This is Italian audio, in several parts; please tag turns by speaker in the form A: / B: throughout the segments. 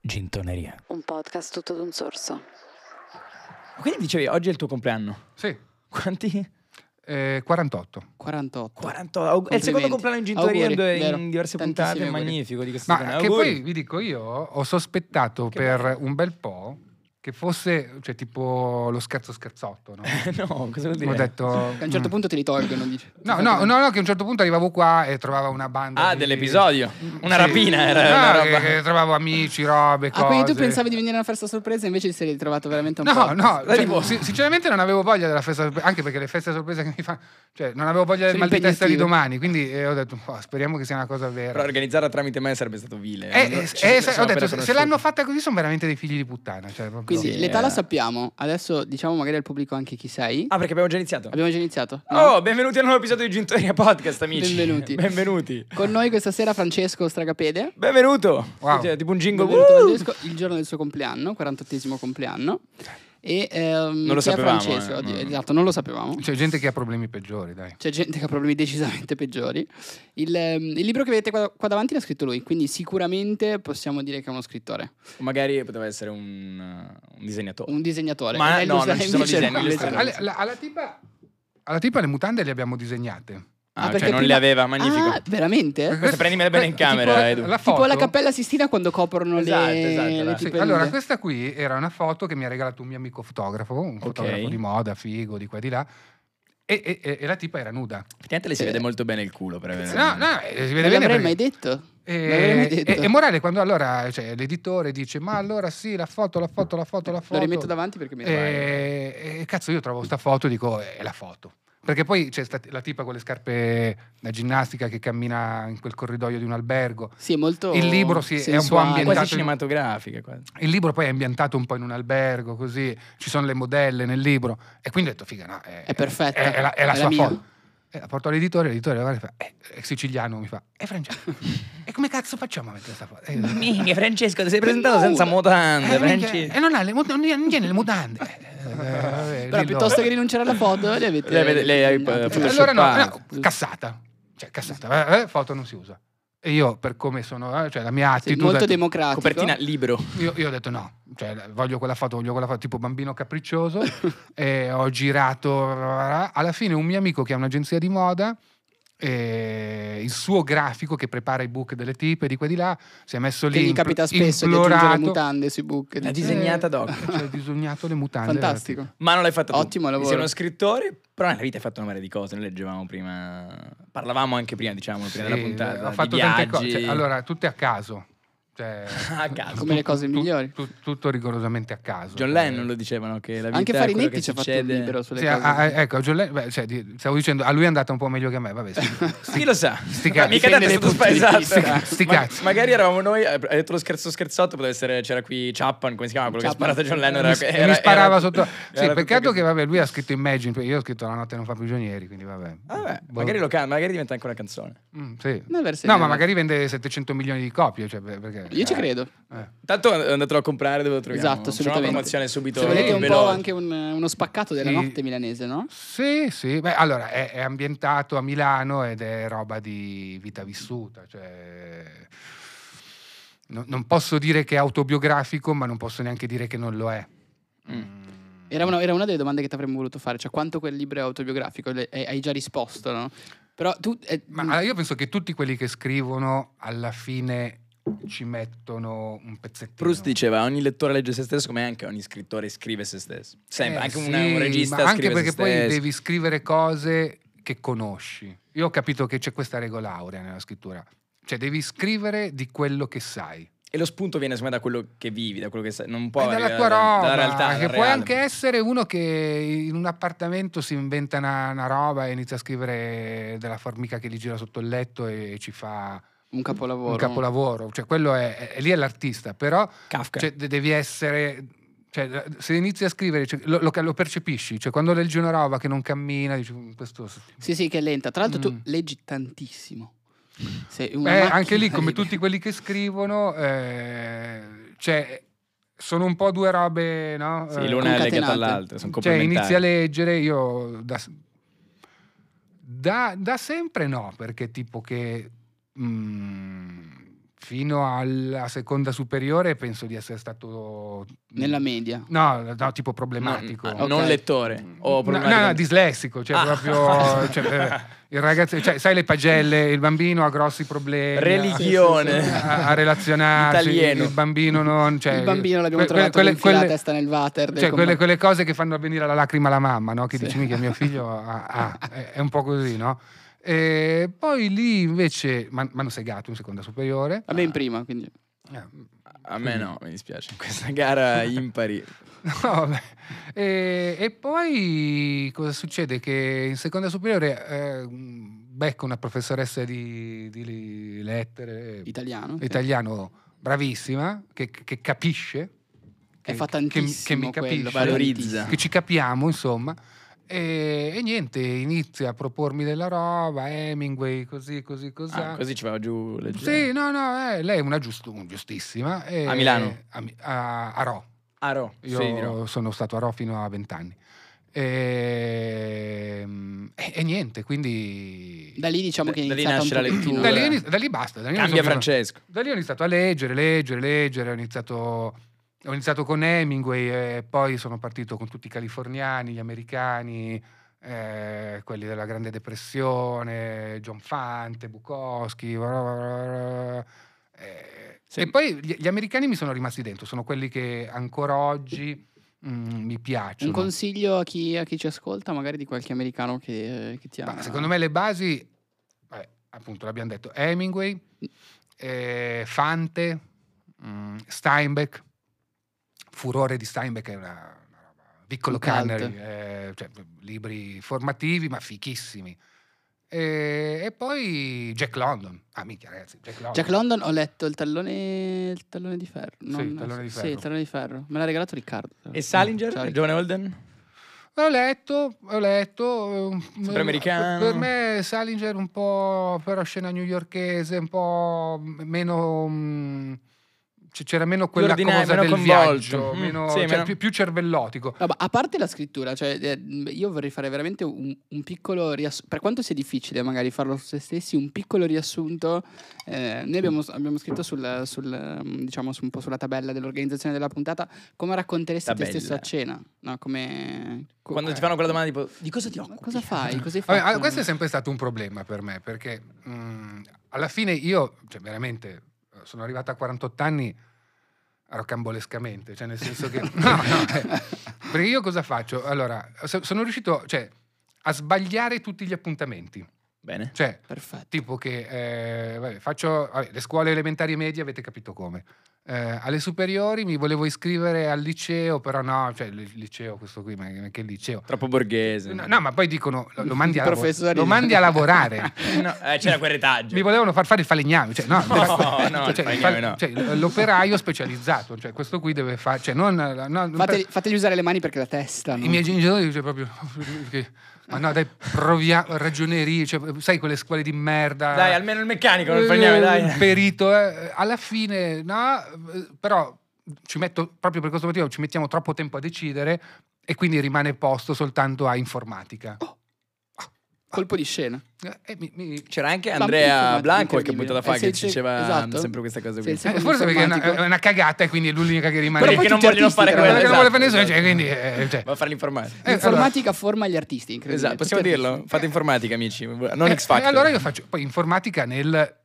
A: Gintoneria.
B: Un podcast tutto d'un sorso.
C: Quindi dicevi, oggi è il tuo compleanno.
D: Sì,
C: Quanti?
D: eh, 48.
E: 48.
C: 48. È il secondo
E: Complimenti.
C: compleanno in Gintoneria in,
E: Auguri,
C: due-
E: vero.
C: in diverse
E: Tantissimi
C: puntate.
E: auguri.
C: Magnifico di questa
D: Ma
C: settimana.
D: che
C: Auguri.
D: poi vi dico io, ho sospettato per un bel po' che fosse cioè, tipo lo scherzo scherzotto. No?
C: no, cosa vuol dire?
D: Ho detto...
E: Che a un certo
D: "Mm".
E: punto te li tolgono, dici.
D: No, no, no, no, che a un certo punto arrivavo qua e trovavo una banda.
C: Ah,
D: di-
C: dell'episodio. Una
D: Sì.
C: rapina era
D: No,
C: una
D: che-
C: roba.
D: che trovavo amici, robe, cose.
E: Ah, quindi tu pensavi di venire a una festa sorpresa, invece ti sei ritrovato veramente un po'.
D: No, no,
C: Dai,
D: cioè,
C: tipo-
D: si- sinceramente non avevo voglia della festa sorpresa, anche perché le feste sorprese che mi fanno, cioè non avevo voglia del
E: Sono
D: mal di testa di
E: impegnative.
D: domani, quindi eh, ho detto "Oh, speriamo che sia una cosa
C: Però
D: vera.
C: organizzarla tramite me sarebbe stato vile.
D: Eh,
C: Allora,
D: eh,
C: ci- ci
D: eh, se- ho
C: siamo appena
D: detto, se- se l'hanno
C: conosciuti.
D: fatta così sono veramente dei figli di puttana. Cioè, proprio-
E: Quindi
C: Sì,
E: l'età
C: eh.
E: la sappiamo, adesso diciamo magari al pubblico anche chi sei.
C: Ah, perché abbiamo già iniziato.
E: Abbiamo già iniziato. No?
C: Oh, benvenuti al nuovo episodio di Gintoneria Podcast, amici.
E: Benvenuti.
C: Benvenuti.
E: Con noi questa sera Francesco Stragapede.
C: Benvenuto.
D: Wow.
C: Cioè, tipo un jingle.
E: Benvenuto
C: Uh!
E: Francesco, il giorno del suo compleanno, 48esimo compleanno. E, ehm,
C: Non lo
E: chi è
C: sapevamo,
E: Francesco?
C: eh,
E: Oddio,
C: non-
E: Esatto, non lo sapevamo.
D: C'è gente che ha problemi peggiori, dai.
E: C'è gente che ha problemi decisamente peggiori. Il, ehm, il libro che vedete qua, qua davanti l'ha scritto lui, quindi sicuramente possiamo dire che è uno scrittore,
C: O Magari poteva essere un, eh, un disegnatore.
E: un disegnatore.
C: Ma
E: E lei
C: no,
E: lo sa-
C: non ci sono
E: invece-
C: disegni,
E: invece-
C: illustratori.
D: Alla, alla- alla tipa, alla tipa le mutande le abbiamo disegnate.
C: Ah,
E: perché
C: cioè, non le
E: prima-
C: aveva, magnifico.
E: Ah, veramente?
C: Questa prendimela bene in
D: Tipo
C: camera,
D: la-
C: Edu.
D: la
E: Tipo
D: foto-
E: la cappella Sistina quando coprono
C: Esatto,
E: le,
C: esatto,
E: le
C: esatto.
D: Sì,
E: tipelle.
D: allora, questa qui era una foto che mi ha regalato un mio amico fotografo, un fotografo di moda, figo, di qua e di là. E, e- e- e la tipa era nuda.
C: Effettivamente le si
E: Eh.
C: vede molto bene il culo, per avere-
D: No, no, eh, si vede
E: Non
D: bene.
E: l'avrei
D: perché-
E: mai detto.
D: E,
E: Non l'avrei mai detto.
D: e- e morale quando allora cioè, l'editore dice ma allora sì la foto la foto la foto la foto Eh,
E: Lo rimetto davanti perché mi
D: e, e eh, cazzo io trovo sta foto e dico "Eh, è la foto perché poi c'è sta- la tipa con le scarpe da ginnastica che cammina in quel corridoio di un albergo
E: Sì, è molto
D: Il libro, sì, è un po'
E: sensuale.
D: ambientato-
C: Quasi
D: Esatto.
C: cinematografiche. Quasi.
D: il libro poi è ambientato un po' in un albergo così ci sono le modelle nel libro e quindi ho detto figa no è,
E: È perfetta,
D: è, è la, è la
E: è la
D: sua
E: mia.
D: foto e la porto all'editore l'editore la guarda e fa "Eh, è siciliano mi fa è francese e come cazzo facciamo a mettere questa foto E io-
C: Minchia, Francesco, ti sei
E: presentato senza
C: mutande,
D: Eh, minchia, eh, non ha le, mut- non non tiene le mutande. Eh, vabbè,
E: Però
D: lì
E: piuttosto
D: lo-
E: che rinunciare alla foto, le avete...
C: Le avete- le hai,
E: No,
C: eh,
E: piuttosto-
D: Eh, Allora no,
C: photoshoppate.
D: no, cassata. Cioè, cassata. Eh, eh, foto non si usa. E io, per come sono, eh, cioè la mia
E: Sì,
D: attitudine...
E: molto democratico.
C: Copertina libero.
D: io, io ho detto no, cioè, voglio quella foto, voglio quella foto, tipo bambino capriccioso. e ho girato... Alla fine un mio amico che ha un'agenzia di moda... eh, il suo grafico che prepara i book delle tipe di qua e di là si è messo lì
E: Che gli
D: impl-
E: capita spesso di aggiungere le
D: implorato. Eh,
E: mutande sui book.
C: La
E: dice.
C: disegnata ad hoc.
D: Cioè, ha disegnato le mutande della tipa.
E: Fantastico.
C: Ma non l'hai fatto tu.
E: Ottimo lavoro.
C: Sei uno scrittore, però nella vita hai fatto una marea di cose. Noi leggevamo prima... Parlavamo anche prima, diciamo, prima della
D: Sì,
C: puntata.
D: Ho fatto
C: di
D: tante
C: viaggi.
D: cose. cioè, allora, tutte a caso. Cioè,
C: A caso.
E: Come le cose migliori.
D: tu- tutto rigorosamente a caso.
C: John Lennon lo dicevano che la vita
E: Anche
C: è quello
E: Farinetti
C: che
E: ci ha fatto un
C: succede.
E: libro sulle
D: Sì,
E: cose.
D: ah, ah, ecco, John Lennon, beh, cioè, di- stavo dicendo, a lui è andata un po' meglio che a me. Vabbè, sì.
C: Chi lo sa?
D: Sti
C: Ma
D: cazzi.
C: Mica tanto è stato
E: Dipende dai punti di
C: spaesato.
E: vista.
D: Sti
C: Ma-
D: cazzi.
C: magari eravamo noi, eh, hai detto lo scherzo scherzotto, poteva essere, c'era qui Chapman, come si chiama, quello che ha
E: Chapman.
C: sparato a John Lennon.
D: mi,
C: Era, era-
D: mi sparava
C: era-
D: sotto.
C: era
D: sì,
C: tutto
D: peccato
C: così.
D: che vabbè, lui ha scritto Imagine, io ho scritto La notte non fa prigionieri, quindi vabbè.
C: Vabbè,
D: Boh.
C: Ah, magari lo cambia, magari diventa anche una canzone.
D: Mm, sì.
E: Una versione
D: No, ma
E: nuova.
D: magari vende 700 milioni di copie. Cioè, beh, perché,
E: Io ci
D: eh,
E: credo.
D: eh.
C: Tanto and- andatelo a comprare dove lo troviamo.
E: Esatto,
C: Facciamo
E: assolutamente.
C: una promozione subito.
E: Se volete un po'
C: eh, veloce.
E: anche un- uno spaccato della
D: Sì.
E: notte milanese, no?
D: Sì, sì, beh, allora è, è ambientato a Milano ed è roba di vita vissuta, cioè no- non posso dire che è autobiografico, ma non posso neanche dire che non lo è.
E: Era una, era una delle domande che ti avremmo voluto fare, cioè quanto quel libro è autobiografico, Le- hai hai già risposto, no? Però tu... eh,
D: Ma
E: mh,
D: allora, io penso che tutti quelli che scrivono alla fine ci mettono un pezzettino.
C: Proust diceva ogni lettore legge se stesso come anche ogni scrittore scrive se stesso. Sempre,
D: Eh,
C: anche
D: sì,
C: una- un regista
D: ma anche
C: scrive
D: perché
C: se
D: poi
C: stesso.
D: devi scrivere cose che conosci. Io ho capito che c'è questa regola aurea nella scrittura, cioè devi scrivere di quello che sai.
C: E lo spunto viene secondo me da quello che vivi, da quello che sai. Non può
D: È dalla
C: arrivare
D: tua
C: da-
D: roba,
C: dalla realtà.
D: che
C: dal
D: puoi
C: reale.
D: anche essere uno che in un appartamento si inventa una, una roba e inizia a scrivere della formica che gli gira sotto il letto e ci fa
E: un capolavoro.
D: un capolavoro. Cioè, quello è, è- lì è l'artista, però
C: Kafka.
D: cioè, de- devi essere. cioè, se inizi a scrivere cioè, lo, lo- lo percepisci, cioè quando leggi una roba che non cammina, dici "Mm, questo.
E: Sì, sì, che è lenta. Tra l'altro
D: Mm.
E: tu leggi tantissimo. Sei
D: Eh,
E: una
D: anche
E: macchina
D: lì, come
E: di-
D: tutti quelli che scrivono, eh, cioè, sono un po' due robe, no?
C: Sì,
D: Eh,
C: l'una è legata
E: Concatenate.
C: all'altra, sono
D: Cioè,
C: complementari.
D: inizi a leggere, io da, da- da sempre no, perché tipo che mm, fino alla seconda superiore penso di essere stato...
E: Nella media.
D: No, no, tipo problematico.
C: No, Non
E: Ok.
C: lettore. O
D: No,
C: problematica-
D: no, no, dislessico, cioè
C: Ah.
D: proprio cioè, eh, il ragazzo, cioè, sai le pagelle, il bambino ha grossi problemi.
C: Religione.
D: A, a- a relazionarsi,
C: Italiano.
D: il bambino non... Cioè,
E: il bambino l'abbiamo
D: que- quelle-
E: trovato quelle,
D: quelle-
E: la
D: quelle-
E: testa nel water. del
D: cioè, quelle,
E: combat-
D: quelle cose che fanno avvenire la lacrima alla mamma, no? che
E: Sì.
D: dici mica mio figlio ha- ha", è, è un po' così, no? E poi lì invece mi hanno segato in seconda superiore.
E: Vabbè, in prima, quindi.
D: Eh,
C: A me no, mi dispiace. Questa gara impari.
D: No, vabbè. e, e poi cosa succede? Che in seconda superiore eh, becco una professoressa di, di lettere
E: Italiano. sì.
D: italiano bravissima, che, che capisce.
E: Che fa
D: mi
E: tantissimo quello, fa
C: Valorizza.
E: tantissimo.
D: che ci capiamo, insomma. E, e niente, inizia a propormi della roba, Hemingway, così, così, così.
C: Ah, così ci va giù leggero.
D: sì, no, no, eh, lei è una giust- un giustissima. eh,
C: A Milano?
D: A, Mi- a- a Rho.
C: Ah, Ro.
D: Io
C: Sì, di Ro.
D: sono stato a Rho fino a vent'anni. Ehm, E, e niente, quindi...
E: Da lì diciamo
C: Da-
E: che è
C: da lì
E: iniziata un
C: nasce la
E: pochino-
C: lettura.
D: Da lì, iniz- da lì basta. Da lì non so
C: Cambia
D: più-
C: Francesco.
D: da lì ho iniziato a leggere, leggere, leggere, ho iniziato, ho iniziato con Hemingway e poi sono partito con tutti i californiani, gli americani, eh, quelli della Grande Depressione, John Fante, Bukowski. bla bla bla bla. Eh,
C: Sì.
D: E poi gli, gli americani mi sono rimasti dentro, sono quelli che ancora oggi mm, mi piacciono.
E: Un consiglio a chi, a chi ci ascolta, magari di qualche americano che, che ti ha.
D: Ma secondo me le basi, vabbè, appunto l'abbiamo detto, Hemingway, eh, Fante, mm, Steinbeck, Furore di Steinbeck è una, una roba, Piccolo
E: Un cult.
D: Cannery, eh, cioè, libri formativi ma fichissimi. E, e poi Jack London, ah minchia ragazzi, Jack London.
E: Jack London ho letto il tallone, il tallone di ferro.
D: Sì, il tallone di
E: Sì,
D: ferro.
E: il tallone di ferro. Me l'ha regalato Riccardo.
C: E Salinger,
E: Ciao, Riccardo.
C: Giovane Holden?
D: L'ho letto, ho letto. eh,
C: Sempre
D: eh,
C: americano.
D: Per me Salinger un po' però scena newyorkese, un po' m- meno... mm, c- c'era meno quella
C: L'ordinario,
D: cosa
C: meno
D: del
C: coinvolto.
D: viaggio,
C: Mm,
D: meno-
C: sì,
D: cioè,
C: meno-
D: Più, più cervellotico.
E: No, ma a parte la scrittura, cioè, eh, mh, io vorrei fare veramente un, un piccolo riassunto. Per quanto sia difficile magari farlo su se stessi, un piccolo riassunto. eh, noi abbiamo, abbiamo scritto sul, sul, mh, diciamo, su un po' sulla tabella dell'organizzazione della puntata come racconteresti te
C: Tabella.
E: stesso a cena. No, come... co-
C: Quando
E: eh,
C: ti fanno quella domanda tipo di cosa ti occupi?
E: Cosa fai? Cosa hai
D: Vabbè,
E: fatto?
D: ah, questo è sempre stato un problema per me, perché mm, alla fine io, cioè veramente, eh, sono arrivato a 48 anni rocambolescamente, cioè nel senso che... no, no, eh, perché io cosa faccio? Allora, so- sono riuscito cioè, a sbagliare tutti gli appuntamenti.
C: Bene.
D: Cioè,
E: Perfetto.
D: tipo che eh, vabbè, faccio vabbè, le scuole elementari e medie avete capito come Eh, alle superiori mi volevo iscrivere al liceo però no cioè il liceo questo qui ma ma che liceo
C: Troppo borghese.
D: no, no, ma poi dicono lo, lo mandi, a
E: I
D: lavo-
E: professori-
D: lo mandi a lavorare
C: No, eh, c'era quel retaggio.
D: mi volevano far fare il falegname cioè, no,
C: No, no, il
D: cioè, il
C: falegname no.
D: cioè, l- l'operaio specializzato cioè, questo qui deve fare cioè, non, no, non-
E: Fateli, fateli usare le mani perché la testa. no?
D: i miei genitori cioè, proprio che- ma no dai proviamo ragionerie cioè, sai quelle scuole di merda
C: Dai, almeno il meccanico, non
D: Eh,
C: prendiamo, dai.
D: Perito, eh. alla fine, no, eh, però ci metto proprio per questo motivo, ci mettiamo troppo tempo a decidere e quindi rimane posto soltanto a informatica.
E: Colpo di scena.
D: Eh, eh, mi- mi-
C: C'era anche
E: Bambino
C: Andrea
E: informatico,
C: Blanco qualche
E: incredibile.
C: puntata fa
E: Eh,
C: che
E: sì,
C: ci
E: sì,
C: diceva
E: esatto.
C: sempre questa cosa
E: Sì,
C: qui.
E: sì.
D: eh,
E: secondo
D: forse perché è una,
E: informatico.
D: è una cagata e quindi è l'unica che rimane.
C: Perché
E: Però poi
C: non
E: tutti
C: vogliono
E: artisti,
C: fare
E: ragazzi.
C: quella.
D: Perché non vuole fare
C: esatto,
D: nessuno, cioè,
C: esatto.
D: quindi, eh, cioè.
C: Va a fare l'informatica.
D: Eh,
E: Informatica forma gli artisti, incredibile.
C: esatto, possiamo
E: Tutti artisti.
C: dirlo? Fate informatica, amici. Non
D: Eh,
C: X Factor.
D: eh, allora io faccio poi informatica nel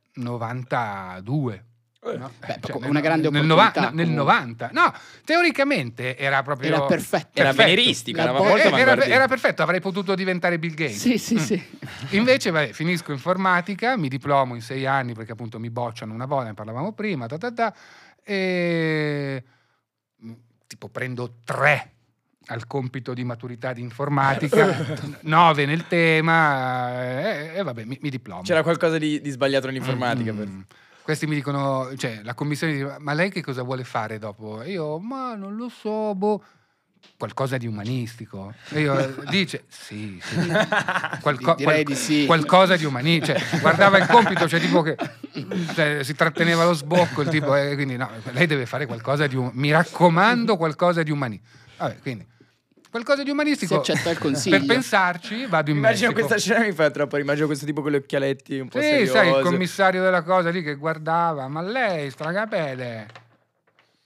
D: 92.
C: Eh.
D: no?
E: Beh,
D: Cioè,
E: una grande
D: nel, nova-
E: opportunità,
D: nel
E: comunque.
D: 90. No, teoricamente era proprio
E: Era perfetto.
C: Era
D: Perfetto.
C: veneristico,
E: La
C: era
E: bo-
C: molto
D: Eh, era,
C: avanguardista.
D: era perfetto, avrei potuto diventare Bill Gates.
E: Sì, sì, sì.
C: Mm.
D: Invece, vabbè, finisco informatica, mi diplomo in sei anni perché appunto mi bocciano una volta, ne parlavamo prima, ta ta ta, e mh, tipo prendo tre al compito di maturità di informatica, n- nove nel tema, eh, e, vabbè, mi, mi diplomo.
C: C'era qualcosa di, di sbagliato nell'informatica.
D: Mm,
C: per-
D: mm. Questi mi dicono, cioè la commissione dice, ma lei che cosa vuole fare dopo? E io, ma non lo so, boh, qualcosa di umanistico. E io, eh, dice, sì, sì. Qualco-
E: Direi
D: qual-
E: di sì.
D: qualcosa di umanistico. guardava il compito, cioè tipo che cioè, si tratteneva lo sbocco, il tipo, eh, quindi no, lei deve fare qualcosa di um- mi raccomando, qualcosa di umanistico. Vabbè, quindi Qualcosa di
E: Si
D: umanistico.
E: accetta
D: Per
E: il consiglio.
D: pensarci, vado in
C: Immagino
D: Messico.
C: questa scena mi fa troppo, immagino questo tipo con gli occhialetti un po'
D: Sì,
C: seriosi.
D: sai, il commissario della cosa lì che guardava, ma lei, stragapede.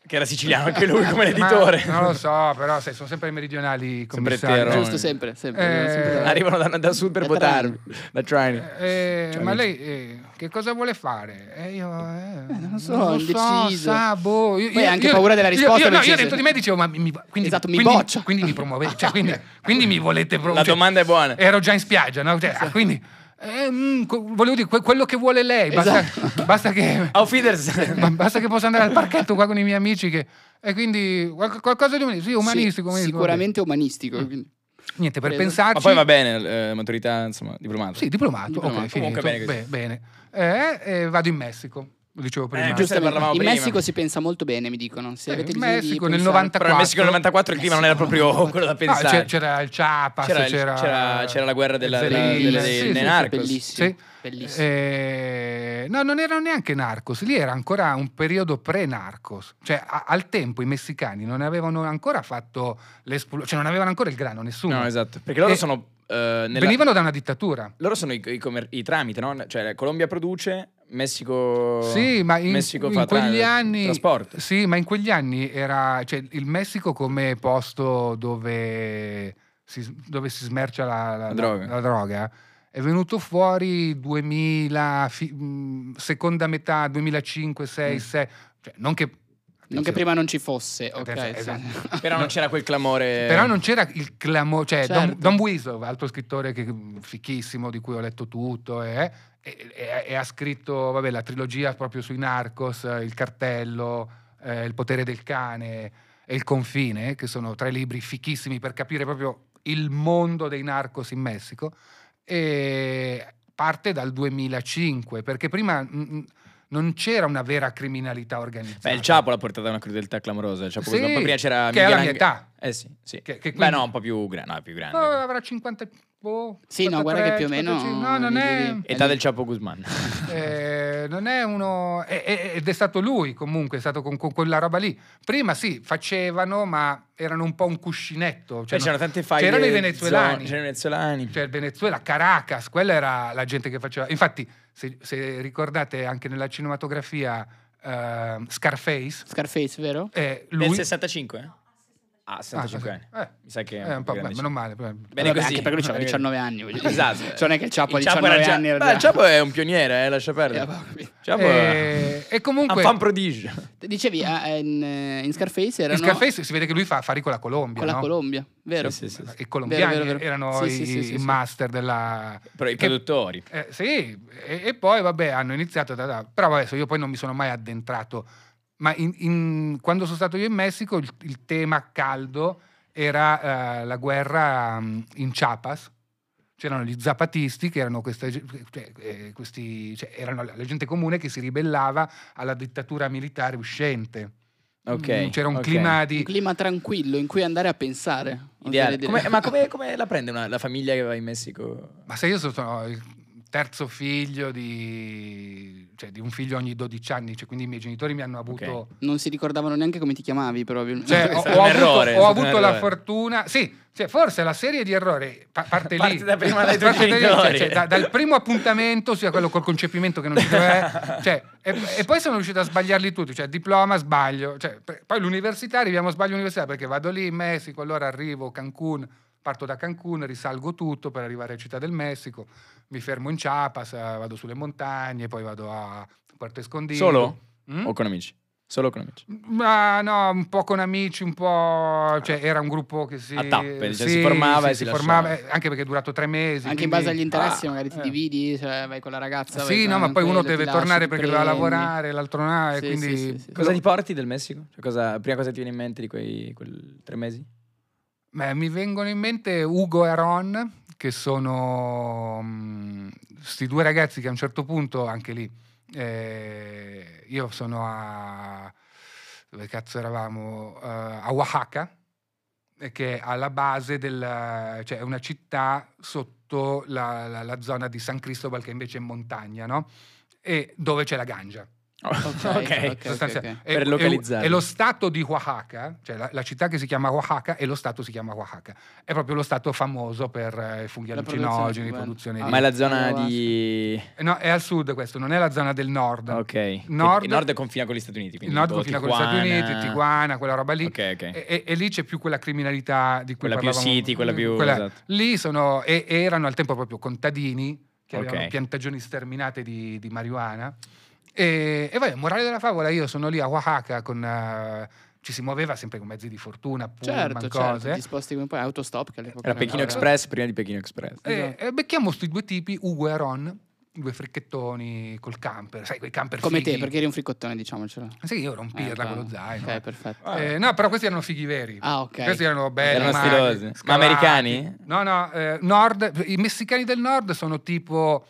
C: Che era siciliano anche lui come
D: Ma
C: l'editore.
D: non lo so, però sai, sono sempre i meridionali i
C: Sempre
D: commissari.
C: terroni.
E: Giusto, sempre, sempre.
D: Eh,
E: no, sempre.
C: Arrivano da, da sud per
E: Da
C: votarmi. Da Trani.
D: Eh,
C: Cioè,
D: ma
C: dici-
D: lei eh, che cosa vuole fare? Eh, io eh,
E: non lo so,
D: lo
E: indeciso.
D: sa, boh, io,
E: Poi
D: io-
E: hai anche
D: io-
E: paura della
D: io-
E: risposta,
D: Io, no,
E: non ci
D: io
E: sei.
D: dentro di me dicevo, ma mi, quindi,
E: Esatto, mi
D: quindi-
E: boccia.
D: Quindi mi promuovete, cioè, quindi, quindi mi volete
C: La
D: promuovere.
C: domanda è buona.
D: Ero già in spiaggia, no? Cioè, ah, quindi, eh, mm, co- volevo dire que- quello che vuole lei, basta,
E: Esatto.
D: basta che...
C: Auf Wiedersehen.
D: ma basta che possa andare al parchetto qua con i miei amici che- e quindi qual- qualcosa di umani- sì,
E: Sì,
D: umanistico, umanistico,
E: sicuramente umanistico.
C: Mm.
E: quindi.
C: Ah,
D: vabbè. niente per
E: Preso.
D: pensarci
C: Ma poi va bene, eh, maturità, insomma, diplomato.
D: Sì, diplomato.
E: Diplomato.
D: Ok,
C: Comunque
D: finito.
C: bene così.
D: Beh, bene. Eh, eh, vado in Messico, lo dicevo prima.
C: giusto,
D: Eh,
C: ne parlavamo
E: in
C: prima.
E: Messico si pensa molto bene, mi dicono. Se avete
D: in
E: bisogno di
D: Messico nel
E: pensare-
D: 90
C: Però nel Messico nel 94 il clima non era proprio
E: Messico,
C: quello da
D: Eh, no, c'era,
C: pensare.
D: Ah, c'era il Chiapas,
C: C'era
D: c'era,
C: il- c'era- c'era la guerra della- della-
D: Zerina.
E: delle-
D: Sì,
E: dei
D: sì, sì.
C: Narcos.
E: Bellissimo.
D: Sì.
E: bellissimo.
D: Eh, no, non erano neanche narcos, lì era ancora un periodo pre-narcos, cioè a- al tempo i messicani non avevano ancora fatto l'espulsione, cioè non avevano ancora il grano, nessuno.
C: No, esatto. Perché loro
D: Eh,
C: sono... eh, nella-
D: Venivano da una dittatura.
C: Loro sono i, i commer- i tramite, no? Cioè, la Colombia produce, Messico...
D: Sì, ma in,
C: Messico
D: in
C: fa tra-
D: quegli anni
C: Trasporto.
D: Sì, ma in quegli anni era cioè, il Messico come posto dove si, dove si smercia la, la-
C: La droga.
D: la droga, È venuto fuori 2000, fi- mh, seconda metà 2005, 6,
C: Mm.
D: 6, cioè, non che
E: Non che prima non ci fosse,
C: Eh,
E: ok.
D: Attenzione,
E: sì.
D: esatto.
C: Però non c'era quel clamore...
D: Però non c'era il clamore, cioè Don-
E: Certo.
D: Don, Wiseau, altro scrittore che, fichissimo di cui ho letto tutto, eh, e, e- e ha scritto vabbè, la trilogia proprio sui narcos, eh, Il cartello, eh, Il potere del cane e Il confine, che sono tre libri fichissimi per capire proprio il mondo dei narcos in Messico. E parte dal 2005, perché prima mm, mm, non c'era una vera criminalità organizzata.
C: Beh, il Ciapo l'ha portata a una crudeltà clamorosa. Il Chapo
D: Sì,
C: Guzman. Prima c'era
D: che è
C: Miguel
D: la mia
C: Ang-
D: età.
C: Eh sì, sì.
D: Che- che
C: Beh,
D: quindi-
C: no, un po' più, gra- no, è più grande.
D: Oh, avrà 50... boh,
E: Sì, no, guarda che più o
D: 53,
E: meno...
D: 55, No, non è...
C: Età del Chapo Guzman.
D: Eh, non è uno. e- e- ed è stato lui comunque, è stato con, con quella roba lì. Prima sì, facevano, ma erano un po' un cuscinetto.
C: Cioè,
D: Cioè,
C: c'erano
D: non-
C: tante file.
D: c'erano i
C: zo- C'erano
D: venezuelani.
C: i venezuelani.
D: cioè, il Venezuela, Caracas, quella era la gente che faceva. Infatti, se, se ricordate anche nella cinematografia eh, Scarface,
E: Scarface, vero?
D: eh,
C: Del
D: lui.
C: 65? eh? Ah, 65 anni.
D: eh,
C: Mi sa che...
D: eh,
C: è
D: un po'
C: più grande.
D: meno male.
C: Bene
E: Vabbè,
C: così.
E: Anche perché lui
C: Bene
E: aveva
C: così.
E: 19 anni. voglio dire.
C: Esatto.
E: Cioè, non è che il Ciapo a
C: Chapo
E: 19 anni
C: già-
E: era...
C: Beh, il Chapo è un pioniere, eh, lascia perdere.
E: Eh, ho capito.
C: Chapo è
D: Eh, e
C: un
D: comunque.
C: fan prodigio.
E: Dicevi, ah, in, eh, in Scarface
D: Mm. In
E: erano
D: Scarface si vede che lui fa affari con la Colombia.
E: con la
D: no?
E: Colombia, vero?
C: Sì, sì, sì, sì.
D: I colombiani
E: Vero, vero, vero.
D: erano
E: Sì,
D: i,
E: sì, sì, sì,
D: i
E: sì.
D: master della.
C: Però i
D: che-
C: produttori.
D: Eh, sì, e, e poi vabbè hanno iniziato, da, da- però vabbè, adesso io poi non mi sono mai addentrato, ma in- in- quando sono stato io in Messico il, il tema caldo era eh, la guerra mm, in Chiapas, c'erano gli zapatisti che erano questa, ge- cioè, eh, questi, cioè, erano la la gente comune che si ribellava alla dittatura militare uscente.
C: Ok,
D: Mm, C'era un
C: ok.
D: clima
E: Un
D: di...
E: clima tranquillo in cui andare a pensare.
C: Ideale.
E: oserei dire.
C: Come- ma come, come la prende una- la famiglia che va in Messico?
D: Ma se io so- sono il terzo figlio di, cioè, di un figlio ogni 12 anni, cioè, quindi i miei genitori mi hanno avuto...
C: Ok.
E: Non si ricordavano neanche come ti chiamavi, probabilmente.
D: Cioè,
C: È
D: ho,
C: stato
D: ho
C: un
D: avuto,
C: errore, è
D: ho
C: stato un
D: avuto la
C: errore.
D: fortuna. Sì, cioè, forse la serie di errori pa- parte lì.
C: Parte da prima dai tuoi
D: Parte da lì,
C: genitori.
D: cioè, cioè, da- dal primo appuntamento, sia quello col concepimento che non ci doveva. cioè, e, e poi sono riuscito a sbagliarli tutti. Cioè, diploma, sbaglio. Cioè, p- poi l'università, arriviamo a sbaglio all'università perché vado lì in Messico, allora arrivo a Cancun. Parto da Cancun, risalgo tutto per arrivare a Città del Messico, mi fermo in Chiapas, eh, vado sulle montagne, poi vado a Puerto Escondido.
C: Solo?
D: Mm?
C: O con amici? Solo con amici.
D: Ma no, un po' con amici, un po'. Cioè, era un gruppo che si.
C: Ah. A tappe, cioè, si formava e si
D: formava,
C: lasciava.
D: eh, anche perché è durato tre mesi.
E: Anche in
D: quindi-
E: base agli interessi,
C: Ah,
E: magari ti
D: eh.
E: dividi, cioè vai con la ragazza. vai
D: Sì,
E: con
D: no, ma poi uno
E: quello, ti
D: deve
E: lascia,
D: tornare
E: ti
D: perché doveva
E: prendi.
D: lavorare, l'altro no, e
E: Sì,
D: quindi.
E: sì, sì, sì.
C: Cosa ti porti del Messico? Cioè, cosa, prima cosa ti viene in mente di quei quel tre mesi?
D: Beh, mi vengono in mente Ugo e Ron, che sono mm, sti due ragazzi che a un certo punto, anche lì, eh, io sono a... dove cazzo eravamo? Eh, a Oaxaca, eh, che è alla base del... cioè è una città sotto la, la- la zona di San Cristobal, che invece è in montagna, no? E dove c'è la Gangia.
E: Ok,
C: Ok.
E: ok,
D: sostanzia-
E: ok.
D: E-
C: Per
D: e-
C: localizzarli.
D: E lo stato di Oaxaca, cioè la, la città che si chiama Oaxaca e lo stato si chiama Oaxaca. È proprio lo stato famoso per eh, funghi
E: La produzione
D: allucinogeni,
E: cubana.
D: produzione
E: Ah,
D: di... Eh,
C: Ma è la zona
E: Ayahuasca.
C: di...
D: No, è al sud questo, non è la zona del nord.
C: Ok.
D: Nord-
C: il nord confina con gli Stati Uniti.
D: Il
C: quindi
D: nord
C: tipo
D: confina con gli Stati
C: Tijuana.
D: Uniti, Tijuana, quella roba lì.
C: Ok, ok.
D: E, e- e lì c'è più quella criminalità di cui
C: Quella più
D: parlavamo-
C: city, quella più- esatto.
D: Lì sono, e, e erano al tempo proprio contadini che
C: Ok.
D: avevano piantagioni sterminate di, di marijuana. E, e poi, morale della favola, io sono lì a Oaxaca con... eh, ci si muoveva sempre con mezzi di fortuna, pullman,
E: Certo, certo,
D: cose. eh?
E: ti sposti come poi autostop che all'epoca
C: Era Pechino
E: andava.
C: Express prima di Pechino Express.
D: E,
E: Esatto.
D: e Eh, becchiamo questi due tipi, Ugo e Ron, due fricchettoni col camper, sai, quei camper
E: Come
D: fighi.
E: te, perché eri un fricottone, diciamocelo.
D: Sì, io ero un
E: Eh,
D: pirla
E: bravo.
D: con lo zaino.
E: Ok, Ah. perfetto.
D: Eh, no, però questi erano fighi veri.
E: Ah, ok.
D: Questi erano belli.
C: Erano
D: magri,
C: stilosi. Ma
D: scavati.
C: americani?
D: No, no, eh, nord, i messicani del nord sono tipo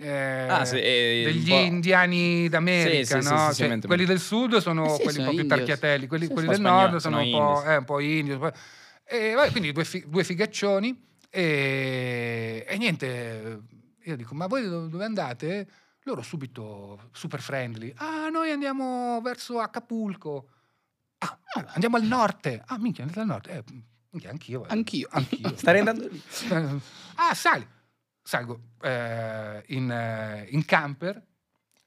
D: eh,
C: Ah, sì, eh,
D: degli
C: un po'.
D: indiani d'America,
C: Sì, sì,
D: no?
C: sì, sì, sì,
D: Cioè,
C: mente-
D: quelli del sud sono
E: Eh sì,
D: quelli
E: sono
D: un po' più
E: indios.
D: tarchiatelli, quelli,
E: Sì,
C: sì.
D: quelli del
C: Un po'
D: nord
C: spagnoli,
D: sono
C: no,
D: un po',
C: indios.
D: eh, un po' indios, un po'- E vabbè, quindi due, fi- due figaccioni e, e niente, io dico, ma voi do- dove andate? Loro subito super friendly. Ah, noi andiamo verso Acapulco. Ah, ah, andiamo al nord. Ah, minchia, andate al nord. Eh, minchia, anch'io. eh.
E: Anch'io.
D: Anch'io.
C: Starei andando lì.
D: Eh, Ah, sali. Salgo eh, in, eh, in camper,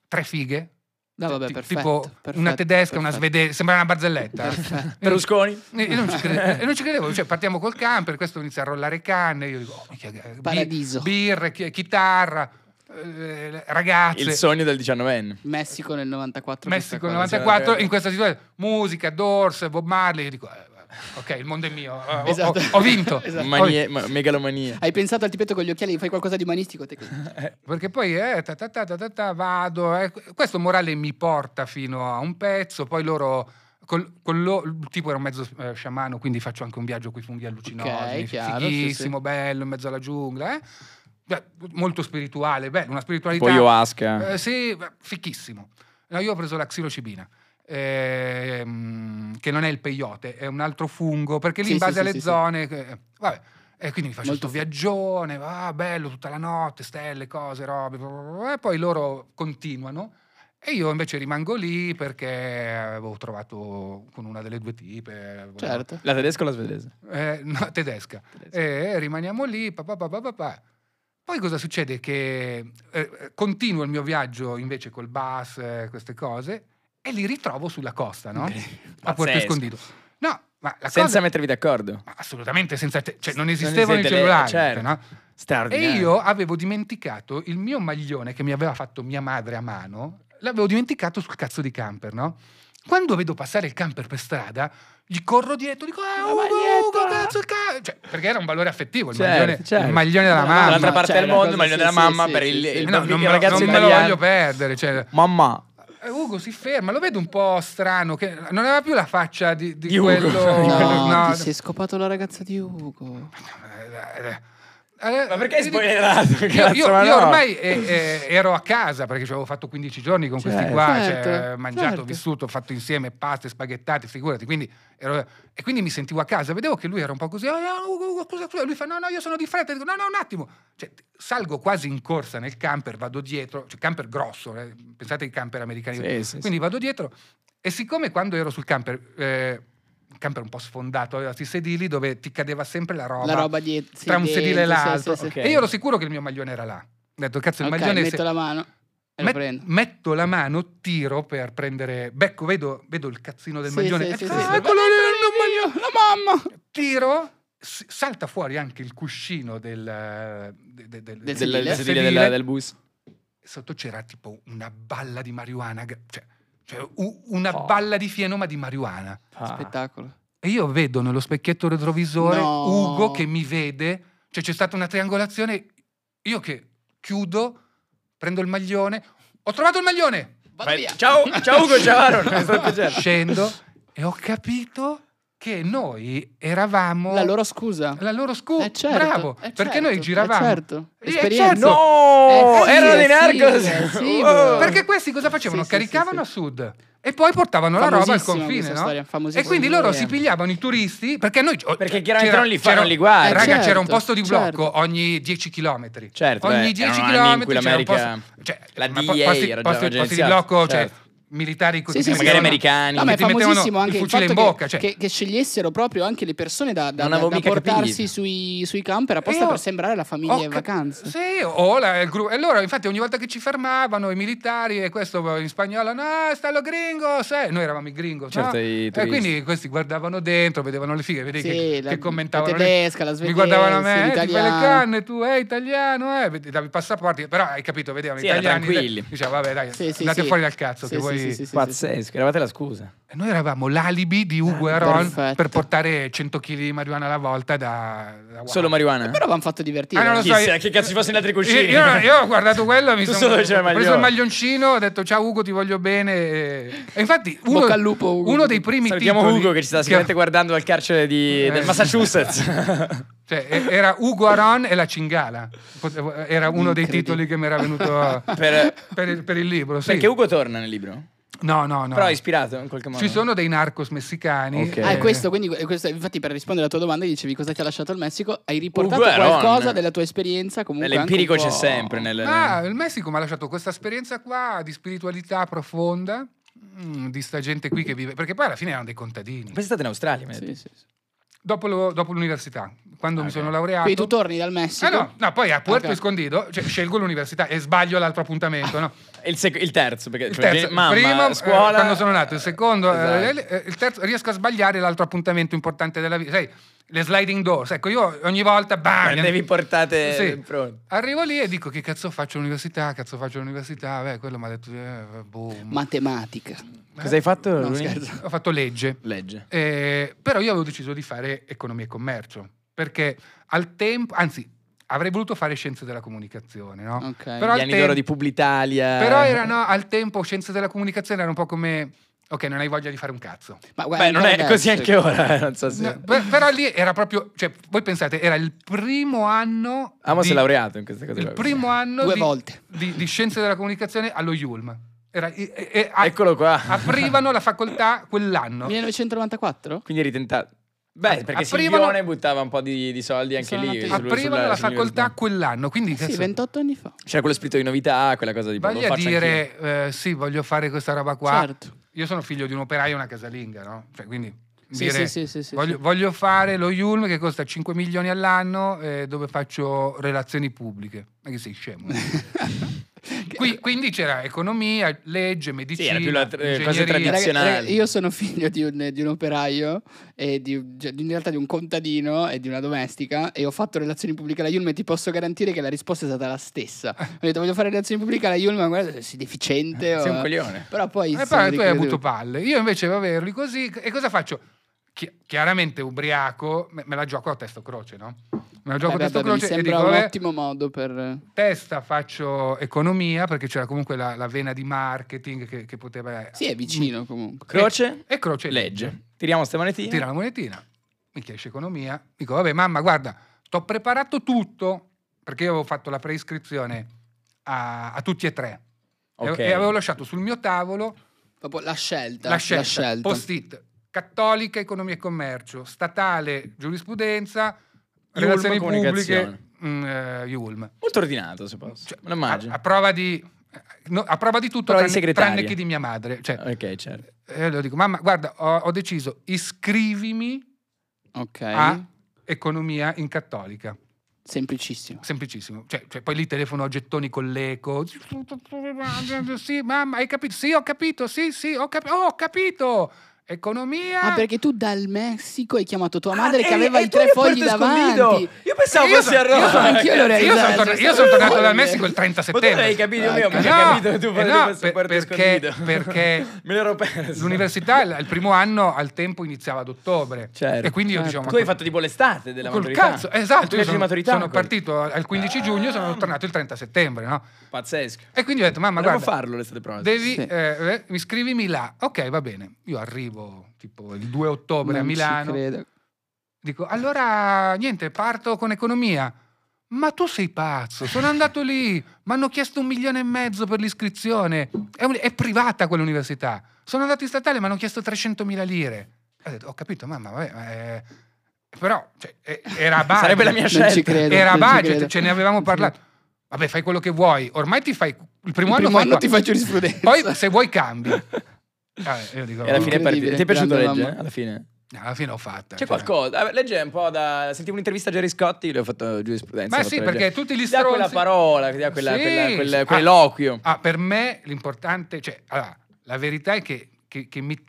D: tre fighe.
E: No, vabbè,
D: Ti-
E: perfetto.
D: tipo una
E: perfetto,
D: tedesca, una
E: perfetto.
D: svedese, sembra una barzelletta.
E: Perfetto.
C: Berlusconi.
D: E io non ci credevo, e non ci credevo. Cioè, partiamo col camper, questo inizia a rollare canne, io dico, oh, minchia, eh, bi-
E: Paradiso.
D: birre, chi- chitarra, eh, ragazze,
C: Il sogno del diciannovenne.
E: Messico nel 94.
D: Messico
E: questa
D: 94,
C: sì,
D: in questa situazione, musica, Doors, Bob Marley, io dico, eh, ok, il mondo è mio, eh, ho,
E: Esatto.
D: ho- ho vinto.
E: Esatto.
D: Ho vinto.
C: Manie- ma- megalomania.
E: cosa. Hai pensato al tipetto con gli occhiali, fai qualcosa di umanistico te così.
D: Perché poi eh, ta ta ta ta ta ta, vado, eh, questo morale mi porta fino a un pezzo, poi loro... Col, con lo- il tipo era un mezzo eh, sciamano, quindi faccio anche un viaggio con i funghi allucinogeni,
E: chiaro, sì,
D: fighissimo, bello, in mezzo alla giungla, eh. Beh, molto spirituale, bello, una spiritualità...
C: Poi Ayahuasca.
E: Ah.
D: Eh, sì, beh, fichissimo. No, io ho preso la xilocibina, ehm, che non è il peyote, è un altro fungo, perché lì
E: Sì,
D: in
E: sì,
D: base
E: sì,
D: alle
E: sì, sì.
D: zone... eh, vabbè, e quindi mi faccio
E: Molto
D: questo viaggione, va bello tutta la notte, stelle, cose, robe, bla, bla, bla, e poi loro continuano. E io invece rimango lì perché avevo trovato con una delle due tipe, avevo-
E: Certo.
C: La tedesca o la svedese?
D: eh, no, tedesca. Eh, rimaniamo lì, pa, pa, pa, pa, pa, pa. Poi cosa succede? Che eh, continuo il mio viaggio invece col bus, eh, queste cose, e li ritrovo sulla costa, no? A Porto
C: Pazzesco.
D: Escondido. No, ma la
C: Senza
D: cosa...
C: mettervi d'accordo.
D: ma assolutamente senza... te- cioè, non
C: Non
D: esistevano i
C: esiste le-
D: cellulari,
C: certo.
D: no? E
C: Straordinario.
D: io avevo dimenticato il mio maglione che mi aveva fatto mia madre a mano, l'avevo dimenticato sul cazzo di camper, no? Quando vedo passare il camper per strada, gli corro dietro, dico, ah,
E: La
D: Ugo, Ugo,
E: maglietta!"
D: cazzo, il ca-" Cioè, perché era un valore affettivo, il,
C: Certo,
D: maglione,
C: certo.
D: il maglione della
E: La
D: mamma. Eh,
C: Dall'altra parte
E: Cioè,
C: del
E: la
C: mondo,
E: cosa-
C: il maglione
E: sì,
C: della
E: sì,
C: mamma
E: sì,
C: per
E: sì,
C: il,
E: sì.
C: il
D: No,
C: bambino-
D: non me
C: il
D: lo-
C: ragazzo
D: non me lo
C: italiano.
D: voglio perdere, cioè...
C: Mamma.
D: Eh, Ugo si ferma, lo vedo un po' strano, che non aveva più la faccia di, di
C: Di Ugo.
D: quello...
E: No,
D: no,
E: ti sei scopato la ragazza di Ugo.
D: Eh,
C: Ma perché hai
D: spoiler?
C: spoilerato?
D: eh, Io,
C: Cazzo,
D: io-
C: ma
D: io
C: no.
D: ormai eh, eh, ero a casa perché ci avevo fatto 15 giorni con questi
C: Certo.
D: qua, cioè,
E: Certo,
D: mangiato,
E: certo.
D: vissuto, fatto insieme paste, spaghettate, figurati. Quindi ero- e quindi mi sentivo a casa, vedevo che lui era un po' così, "Ah, Ugo, Ugo, scusa, scusa, lui fa no, no, io sono di fretta, dico no, no, un attimo. Cioè, salgo quasi in corsa nel camper, vado dietro, cioè camper grosso, eh, pensate ai camper americani,
C: Sì, sì, sì.
D: quindi vado dietro e siccome quando ero sul camper, eh, il camper un po' sfondato, aveva questi sedili dove ti cadeva sempre la roba,
E: La roba dietro.
D: tra un sedile e l'altro.
C: sì, sì.
D: E io ero sicuro che il mio maglione era là. Ho detto, cazzo, il
E: Ok,
D: maglione...
E: metto
D: se-
E: la mano e lo
D: met-
E: prendo.
D: metto la mano, tiro per prendere... Becco, vedo, vedo il cazzino del
E: Sì,
D: maglione.
E: sì,
D: e
E: sì,
D: dico,
E: sì.
D: "Ah, eccolo lì!"
E: il mio maglione, la mamma.
D: Tiro, s- salta fuori anche il cuscino del... eh, de- de- del-
E: Del
C: Del,
E: sedile.
C: del sedile della- del bus.
D: Sotto c'era tipo una balla di marijuana. gra- Cioè, cioè, u- una
C: Oh.
D: balla di fieno, ma di marijuana.
C: Ah.
E: Spettacolo.
D: E io vedo nello specchietto retrovisore
E: No.
D: Ugo che mi vede, cioè c'è stata una triangolazione, io che chiudo, prendo il maglione, ho trovato il maglione,
E: Vado
C: Vai-
E: via.
C: Ciao, ciao Ugo, ciao Aaron. È stato certo. un
E: Certo.
C: piacere.
D: Eh, scendo e ho capito che noi eravamo
E: La loro scusa.
D: la loro scu-
E: Eh, certo,
D: bravo,
E: eh,
D: perché noi
E: certo,
D: giravamo,
E: eh, certo.
D: Eh,
E: Esperienza.
D: certo.
C: No,
E: Eh, sì,
C: erano Oh. dei
E: eh, sì,
C: narcos.
E: eh, sì,
C: Wow.
E: bro.
D: perché questi cosa facevano?
E: Sì, sì,
D: Caricavano
E: sì,
D: a sud. E poi portavano la roba al
E: Famosissima
D: confine,
E: questa
D: no?
E: storia,
D: E
E: famosissima.
D: quindi loro
E: Sì.
D: si pigliavano i turisti perché noi. oh,
C: Perché chiaramente
D: c'era-
C: non li fanno
D: c'era-
C: gli guai.
E: Eh,
D: Raga, c'era un
E: certo,
D: posto di blocco
E: certo.
D: ogni 10 km.
C: Certo,
D: ogni
C: eh,
D: 10
C: erano anni in
D: km
C: cui
D: c'era un
C: l'America-
D: posto. Cioè,
C: la
D: ma po-
C: DEA
D: posti,
C: era già
D: posti- posti di
C: agenziata,
D: blocco, cioè,
C: certo.
D: militari così.
E: Sì, sì,
D: che
E: sì,
C: magari
E: no, no.
C: americani.
E: No, ma è
D: Ti mettevano
E: famosissimo
D: il
E: anche il
D: fucile
E: fatto
D: in
E: che-
D: bocca, cioè.
E: che, che scegliessero proprio anche le persone da, da-
C: Non
E: da-
C: avevo
E: da
C: mica
E: portarsi
C: capito.
E: sui, sui camper apposta
D: Eh,
E: per
D: ho-
E: sembrare la famiglia
D: Ho
E: in
D: cap-
E: vacanza.
D: Sì, o la- il gruppo. E allora, infatti, ogni volta che ci fermavano i militari, e questo in spagnolo, no, sta lo gringo, sai?" noi eravamo i gringo, no?
C: Certo, i
D: E
C: turisti.
D: quindi questi guardavano dentro, vedevano le fighe, vedi
E: Sì,
D: che,
E: la-
D: che commentavano.
E: la
D: le-
E: tedesca, la
D: Mi guardavano a
E: svedese,
D: me, eh, ti fai le
E: l'italiana."
D: canne, tu, eh, italiano, eh, vedi, davi i passaporti, però hai capito, vedevano
C: Sì,
D: gli
C: era
D: italiani.
C: tranquilli.
D: Diceva, vabbè, dai,
E: Sì, sì,
D: andate
E: sì.
D: fuori dal cazzo,
E: Sì,
D: che
E: sì,
D: voi...
E: sì, sì, sì.
C: Pazzesco, eravate la scusa.
D: E Noi eravamo l'alibi di Ugo
E: Ah,
D: Aron
E: perfetto.
D: per portare 100 kg di marijuana alla volta da... da
C: Solo marijuana?
E: Però avevano fatto divertire. eh.
D: Ah, non lo
C: Chi
D: so,
C: sa che cazzo ci fosse in altri
D: Io,
C: cuscini?
D: io- io ho guardato quello, mi
C: Tu
D: sono
C: solo c'era il
D: preso il
C: maglione.
D: maglioncino, ho detto ciao Ugo, ti voglio bene. E e infatti uno,
E: Bocca al lupo, Ugo.
D: uno dei primi
C: Salutiamo
D: titoli
C: Ugo che ci sta sicuramente guardando dal carcere di-
D: Eh.
C: del Massachusetts.
D: cioè, e- era Ugo Aron e la cingala. Potevo- Era uno dei
E: Incredibile.
D: titoli che mi era venuto
C: Per- eh,
D: per, il, per il libro. sì.
C: Perché Ugo torna nel libro.
D: No, no, no.
C: Però è ispirato in qualche modo.
D: Ci sono dei narcos messicani.
C: Ok.
E: Ah,
D: eh,
E: è questo, quindi è questo, infatti per rispondere alla tua domanda dicevi cosa ti ha lasciato il Messico, hai riportato
C: Ugo Aron.
E: qualcosa della tua esperienza comunque anche
C: L'empirico
E: un po'-
C: c'è sempre. Nel...
D: Ah, il Messico mi ha lasciato questa esperienza qua di spiritualità profonda, mm, di sta gente qui che vive, perché poi alla fine erano dei contadini.
C: Poi è stato in Australia. mi ha detto.
E: Sì, sì, sì.
D: Dopo, lo- dopo l'università, quando
C: Ah,
D: mi
C: ok.
D: sono laureato...
E: Quindi tu torni dal
D: Eh
E: Messico.
D: no, no, poi a Puerto
E: Ok.
D: Escondido cioè, scelgo l'università e sbaglio l'altro appuntamento. No?
C: E Il, sec- il terzo, perché
D: Il
C: cioè,
D: terzo,
C: gen- mamma,
D: il primo, eh,
C: scuola.
D: quando sono nato, il secondo, eh,
C: Esatto.
D: eh, il terzo, riesco a sbagliare l'altro appuntamento importante della vita. Sai, le sliding doors, ecco, io ogni volta... Bam,
C: Prendevi portate
D: Sì. Eh?
C: pronte.
D: Arrivo lì e dico che cazzo faccio all'università, cazzo faccio all'università, beh, quello mi ha detto, eh, boh, eh."
E: Matematica.
C: Cosa hai fatto?
E: No,
C: lunedì?
E: scherzo.
D: ho fatto legge.
C: Legge.
D: Eh, però io avevo deciso di fare economia e commercio, perché al tempo, anzi, avrei voluto fare scienze della comunicazione, no?
E: Ok.
D: Però
C: Gli
D: al
C: anni d'oro
D: tempo-
C: di eh. Publitalia.
D: Però erano al tempo scienze della comunicazione era un po' come ok, non hai voglia di fare un cazzo.
E: Ma guarda,
C: Beh, non
E: ancora
C: è così
E: adesso-
C: anche ora, eh, non so se...
D: No, per- però lì era proprio, cioè, voi pensate, era il primo anno
C: Amo
D: di-
C: si è laureato in queste cose.
D: il
C: qua.
D: primo anno
E: Due
D: di,
E: volte.
D: di- di scienze della comunicazione allo Yulm. Era- e- e- e- a-
C: Eccolo qua.
D: Aprivano la facoltà quell'anno.
E: 1994?
C: Quindi ritentato. Beh, perché
D: aprivano-
C: Silvione buttava un po' di, di soldi anche
E: Sono
C: lì.
E: nato io.
C: sul-
D: Esatto, Aprivano
C: sulla-
D: la
C: sull'università.
D: facoltà quell'anno, quindi
E: Sì,
D: adesso-
E: 28 anni fa.
C: C'era quello spirito di novità, quella cosa di... boh,
D: Vai
C: lo
D: a
C: faccio anch'io.
D: dire, eh, sì, voglio fare questa roba qua.
E: Certo.
D: Io sono figlio di un operaio e una casalinga, no? Cioè, quindi
E: Sì,
D: dire,
E: sì, sì, sì, sì,
D: voglio,
E: sì.
D: voglio fare lo Yulm che costa 5 milioni all'anno eh, dove faccio relazioni pubbliche. Ma che sei scemo? Qui- quindi c'era economia, legge, medicina,
C: era più la tra- eh, cose
D: ingegneria.
C: tradizionali.
E: Raga-
C: nazionale.
E: raga, io sono figlio di un, di un operaio, e di, cioè, di- in realtà di un contadino e di una domestica e ho fatto relazioni pubbliche alla Yulm e ti posso garantire che la risposta è stata la stessa. Ho detto voglio fare relazioni pubbliche alla Yulm, ma guarda se sei deficiente.
C: Eh, Sei
E: o-
C: un coglione.
E: Però poi...
D: E poi
E: sono
D: Eh, tu hai
E: ricreduto.
D: avuto palle. Io invece va averli così. E cosa faccio? Chi- chiaramente ubriaco, me, me la gioco a testo croce, no? Me la gioco
E: Beh,
D: a testo
E: beh, beh, Eh, mi
D: croce e
E: sembra
D: dico, eh.
E: un
D: vabbè,
E: ottimo modo per...
D: testa faccio economia perché c'era comunque la, la vena di marketing che, che poteva...
E: Sì, è vicino comunque.
C: Croce?
D: E croce
C: Legge. Tiriamo ste monetine.
D: Tira la monetina, mi esce economia. Dico, vabbè mamma, guarda, t'ho preparato tutto perché io avevo fatto la preiscrizione a, a tutti e tre. E-
C: Ok.
D: E avevo lasciato sul mio tavolo
E: Eh, Proprio la scelta.
D: la scelta, post-it, cattolica, economia e commercio, statale, giurisprudenza,
C: Yulm,
D: relazioni
C: comunicazione.
D: pubbliche, mm, eh, Yulm.
C: Molto ordinato, se posso.
D: Cioè,
C: Me lo immagino.
D: A, a prova di... no, a prova di tutto,
C: Prova di
D: tranne,
C: segretaria.
D: tranne che di mia madre. Cioè,
C: Ok, certo.
D: eh, le dico, mamma, guarda, ho, ho deciso, iscrivimi
E: Ok.
D: a economia in cattolica.
E: Semplicissimo.
D: Semplicissimo. Cioè, cioè, poi lì telefono a gettoni con l'eco. Sì, mamma, hai capito? Sì, ho capito. Sì, sì, ho, capi- oh, ho capito. Economia.
E: Ah, perché tu dal Messico hai chiamato tua madre
C: Ah,
E: che
C: e-
E: aveva
C: e
E: i
C: tu
E: tre
C: eri a
E: fogli
C: Porto Escondido!
E: davanti.
C: Io pensavo
D: Io
C: fossi
D: sono-
C: a Roma.
D: io sono-
E: anch'io
D: Io
E: l'ho
D: sono,
E: realizzato,
D: torna-
E: sono
D: io sono
E: stato
D: tornato dal
E: folle.
D: Messico il 30
C: Ma tu non hai
D: settembre.
C: capito
E: Ah,
C: io, ma
E: ok.
C: che
D: No,
C: hai capito tu
D: eh
C: fai
D: no,
C: questo
D: per-
C: Porto
D: perché-
C: Escondido.
D: perché
C: me l'ero perso.
D: L'università il, il primo anno al tempo iniziava ad ottobre.
C: Certo.
D: E quindi io
E: Certo.
D: diciamo...
C: Tu hai fatto tipo l'estate della
D: Col
C: maturità.
D: cazzo, esatto,
C: Tu
D: io
C: hai fatto
D: sono,
C: di maturità. Ah.
D: sono
C: quello.
D: partito al 15 giugno, sono tornato il 30 settembre, no?
C: Pazzesco.
D: E quindi ho detto, mamma,
C: Dovremmo
D: guarda,
C: farlo l'estate prossima.
D: devi,
E: Sì.
D: eh, eh, mi scrivimi là. Ok, va bene. Io arrivo tipo il 2 ottobre a
E: Non ci
D: Milano.
E: credo.
D: Dico, allora niente, parto con economia. Ma tu sei pazzo, sono andato lì, mi hanno chiesto un milione e mezzo per l'iscrizione. È, un- è privata quell'università. Sono andato in statale, mi hanno chiesto 300.000 lire. Ho detto, ho capito, mamma, vabbè, ma, eh, però cioè, eh, era a budget.
C: Sarebbe la mia
E: Non
C: scelta.
E: ci credo.
D: Era a
E: non ci
D: budget,
E: credo.
D: ce ne avevamo
E: Non ci
D: parlato. Vabbè, fai quello che vuoi. Ormai ti fai. Il primo,
E: Il primo
D: fai
E: anno
D: qua.
E: ti fai giurisprudenza.
D: Poi, se vuoi, cambi. Ah, eh, Vabbè, io dico,
C: E alla fine
E: Incredibile.
C: perdi. Ti è piaciuto
E: Grande
C: legge?
E: mamma.
C: Alla fine?
D: "No, alla fine ho
C: C'è
D: fatta. cioè.
C: qualcosa. Vabbè, Legge un po' da. Sentivo un'intervista a Jerry Scotti, le ho fatto giurisprudenza. ho
D: Ma sì,
C: fatto
D: perché
C: leggere.
D: tutti gli
C: Ti dà
D: stronzi.
C: quella parola, ti dà quella,
D: Sì.
C: quella- quel-
D: Ah.
C: quell'eloquio.
D: Ah, per me l'importante, cioè, allora, la verità è che, che- che mi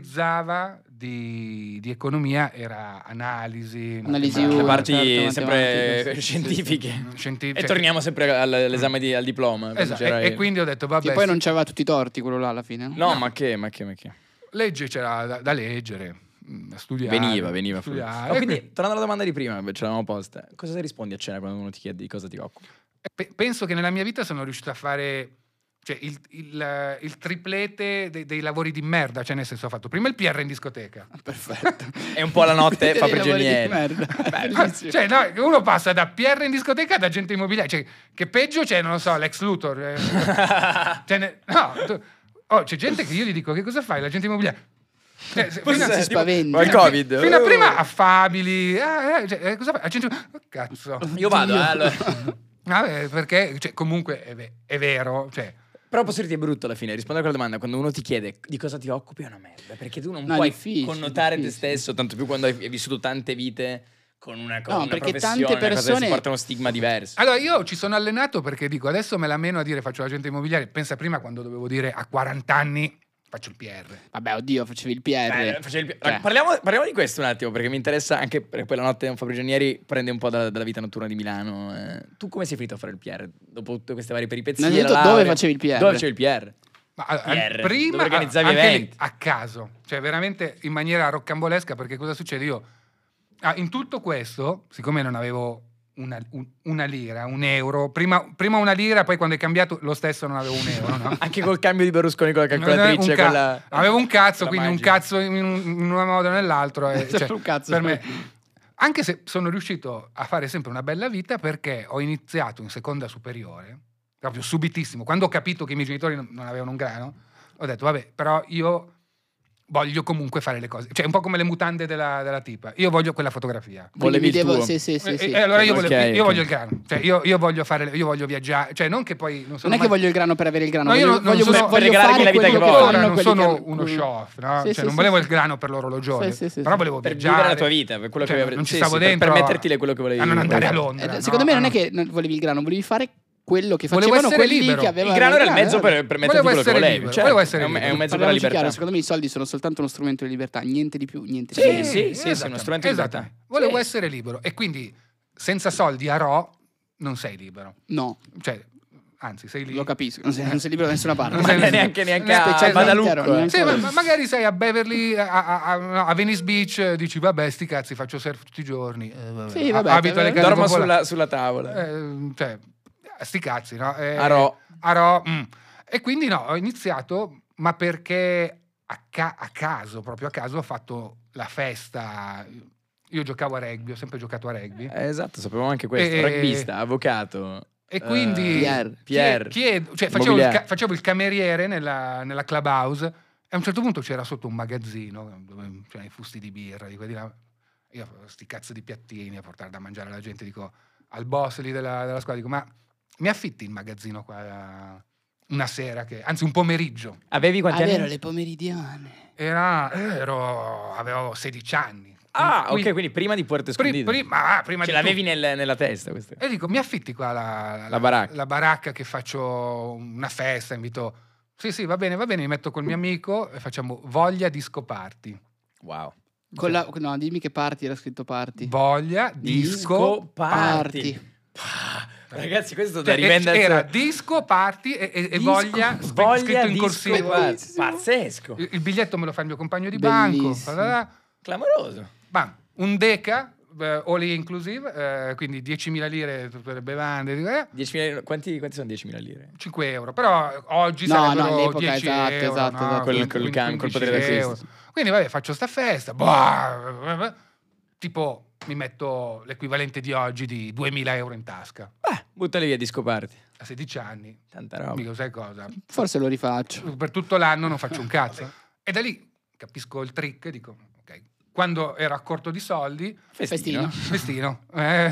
D: terrorizzava di, di economia era analisi,
E: Analisi
C: Le
D: matematica,
E: una,
C: parti
E: certo, matematica,
C: sempre
E: sì,
C: scientifiche.
D: scientifica.
C: E torniamo sempre all- all'esame di, al diploma. quando
D: Esatto,
C: c'era
D: e, e
C: il-
D: quindi ho detto, vabbè,
E: Che poi
D: sì,
E: non c'aveva tutti i torti quello là alla fine.
C: No, ma che, ma che, ma che.
D: legge c'era da, da leggere, mm, da studiare.
C: Veniva, veniva. fuori.
D: studiare,
C: No,
D: e
C: quindi,
D: quindi-
C: tornando alla domanda di prima, beh, ce l'avevamo posta. Cosa rispondi a cena quando uno ti chiede di cosa ti occupi?
D: Pe- penso che nella mia vita sono riuscito a fare cioè, il, il- il triplete dei, dei lavori di merda, cioè nel senso ho fatto prima il PR in discoteca.
E: Perfetto.
C: È un po' la notte, fa
E: Dei lavori di
C: prigionieri.
E: merda. Bellissimo.
D: Cioè, no, uno passa da PR in discoteca ad agente immobiliare, cioè, che peggio c'è, non lo so, l'ex Luthor. eh. Cioè, ne- no, tu- oh, c'è gente che io gli dico che cosa fai, l'agente immobiliare? Cioè, se-
E: Forse
D: fino a-
E: si spaventa.
C: Ma il Covid.
D: Fino a
C: Oh.
D: prima affabili, ah, eh, cioè, eh, cosa fai? Agente immobiliare, cazzo.
C: Io vado, eh,
E: Dio.
C: allora.
D: Ah, eh, perché cioè, comunque è, ve- è vero, cioè,
C: Però posso dirti è brutto alla fine, rispondere a quella domanda, quando uno ti chiede di cosa ti occupi è una merda, perché tu non
E: No, è
C: puoi
E: difficile,
C: connotare
E: difficile.
C: te stesso, tanto più quando hai hai vissuto tante vite con una cosa,
E: No,
C: una
E: perché
C: professione,
E: tante
C: una cosa che
E: persone-
C: si porta uno stigma diverso.
D: Allora io ci sono allenato perché dico adesso me la meno a dire faccio l'agente immobiliare, pensa prima quando dovevo dire a 40 anni faccio il PR.
E: Vabbè, oddio, facevi il PR.
C: Beh,
D: Eh,
C: facevi il-
E: Cioè.
C: parliamo, parliamo di questo un attimo perché mi interessa anche perché poi la notte un Fabrigionieri prende un po' dalla, dalla vita notturna di Milano. eh. Tu come sei finito a fare il PR dopo tutte queste varie peripezie? la
E: Innanzitutto,
C: laurea?
E: dove facevi il PR?
C: Dove facevi il PR?
D: Ma allora,
C: PR,
D: al- prima
C: dove organizzavi
D: anche lì,
C: eventi.
D: a caso, cioè veramente in maniera roccambolesca perché cosa succede? Io ah, in tutto questo, siccome non avevo una, un- una lira, un euro, prima, prima una lira, poi quando è cambiato lo stesso non avevo un euro, no?
C: Anche col cambio di Berlusconi con la
D: Non avevo
C: calcolatrice,
D: un ca-
C: quella-
D: avevo un cazzo,
C: quella
D: quindi
C: magica.
D: un cazzo in, un- in una moda o nell'altro. e,
E: Sempre
D: cioè,
E: un cazzo,
D: per me. Anche se sono riuscito a fare sempre una bella vita perché ho iniziato in seconda superiore, proprio subitissimo, quando ho capito che i miei genitori non non avevano un grano, ho detto vabbè, però io voglio comunque fare le cose. Cioè, un po' come le mutande della, della tipa. Io voglio quella fotografia.
E: Quindi
C: Volevi
E: mi
C: il
E: devo-
C: tuo.
E: Sì, sì, sì,
D: E-
E: sì.
D: e allora io,
C: Ok,
D: voglio, io
C: ok.
D: voglio il grano, cioè io, io voglio fare, le- io voglio viaggiare, cioè non che poi non sono
E: non è che
D: mai-
E: voglio il grano per avere il grano,
D: No, io
E: voglio,
D: non- non
E: voglio,
D: sono-
E: voglio
D: per
C: regalarmi
E: fare
C: la vita
E: quello
C: che
E: che
C: voglio.
D: Ora
E: fanno
D: non
E: quelli
D: sono
E: che- Mm.
D: uno show off, no?
E: Sì,
D: Cioè,
E: sì,
D: non
E: sì,
D: volevo
E: sì.
D: il grano per l'orologione,
E: Sì, sì, sì,
D: però
E: sì.
D: volevo
C: per
D: viaggiare.
C: vivere la tua vita, per quello
D: Cioè,
C: che avevi
D: non ci
C: sì,
D: stavo
C: sì, per
D: dentro
C: permetterti le- quello che volevi
D: a non andare a
E: Eh,
D: Londra.
E: secondo me
D: no,
E: non
D: no.
E: è che non volevi il grano, volevi fare quello che
D: Volevo
E: facevano
D: essere
E: quelli
D: libero.
E: che
C: Il
E: avevano
C: grano era il
E: grano,
C: mezzo
E: eh.
C: per, per metterti
D: Volevo
C: quello che
D: essere
C: volevi.
D: libero,
C: certo.
D: volevo essere
C: è un, è un
D: libero.
C: mezzo per la
E: Parliamoci
C: libertà.
E: chiaro, secondo me i soldi sono soltanto uno strumento di libertà, niente di più, niente di
C: Sì,
E: meno.
C: sì, sì, sì,
D: esatto,
C: uno strumento di
D: esatto.
C: libertà.
D: Volevo
C: Sì.
D: essere libero e quindi senza soldi a Ro non sei libero.
E: No,
D: Cioè, anzi, sei
E: lo
D: libero.
E: capisco, non sei, non sei libero da nessuna parte.
D: Non sei-
C: Ma neanche neanche
D: Neanche
C: a
D: specialmente
E: ero,
C: Badalucco. eh.
E: neanche-
D: Sì, ma, ma magari sei a Beverly, a, a- a- no, a Venice Beach, eh, dici vabbè sti cazzi, faccio surf tutti i giorni. Eh, vabbè.
E: Sì, vabbè, cioè,
D: Abito alle case
C: Dormo
D: popolari.
C: sulla, sulla tavola.
D: Eh, cioè, sti cazzi, no? Eh,
C: A Ro.
D: a Ro, mm. E quindi no, ho iniziato, ma perché a, ca- a caso, proprio a caso, ho fatto la festa. Io giocavo a rugby, ho sempre giocato a rugby.
C: Eh, esatto, sapevamo anche questo.
D: Eh,
C: Rugbista, avvocato.
D: E quindi...
E: Pierre.
D: chie-
C: Pierre.
D: chiedo- cioè, facevo, il
C: Eh, Immobiliare.
D: ca- facevo il cameriere nella, nella clubhouse e a un certo punto c'era sotto un magazzino dove c'erano i fusti di birra, di qua e di là. Io avevo sti cazzo di piattini a portare da mangiare alla gente, dico al boss lì della, della squadra, dico ma mi affitti il magazzino qua una sera, che, anzi un pomeriggio.
C: Avevi
E: Ah, vero, le pomeridiane.
D: Era, eh, ero, avevo 16 anni.
C: Ah,
D: Quindi-
C: ok, quindi prima di Puerto
D: pri-
C: Escondido.
D: prima, ah, prima
C: Ce
D: di tutto.
C: l'avevi nel- nella testa questo.
D: E dico, mi affitti qua la,
C: La baracca.
D: la baracca che faccio una festa, invito... Sì, sì, va bene, va bene, mi metto col mio amico e facciamo voglia di scoparti.
C: Wow.
E: Con la- no, dimmi che parti era scritto parti.
D: Voglia, disco,
C: party. Pa- Ragazzi, questo da
D: Cioè,
C: rivendere.
D: Era disco, party e, e- e
C: Disco-
D: voglia, scr- scritto in
C: disco,
D: corsivo.
C: guarda,
E: Bellissimo.
C: Pazzesco.
D: Il il biglietto me lo fa il mio compagno di
E: Bellissimo.
D: banco. bla, bla, bla.
C: Clamoroso.
D: Ma un deca, eh, all inclusive, eh, quindi 10.000 lire tutte le bevande, eh,
C: 10.000 quanti, quanti sono 10.000 lire?
D: 5 euro, però oggi
E: No,
D: sarebbero
E: no, all'epoca,
D: 10
E: esatto,
D: euro,
E: esatto,
D: no?
E: esatto.
C: Col- col
D: Quindi
C: cam- col
D: 15
C: potere d'acquisto.
D: euro. Quindi vabbè, faccio sta festa, boh, tipo mi metto l'equivalente di oggi di 2000 euro in tasca,
C: Beh, buttali via di scoparti.
D: a 16 anni,
C: Tanta roba.
D: dico sai cosa,
E: Forse lo rifaccio.
D: per tutto l'anno non faccio un cazzo. E da lì capisco il trick e dico, ok, quando ero a corto di soldi,
C: Festino.
D: festino. Eh,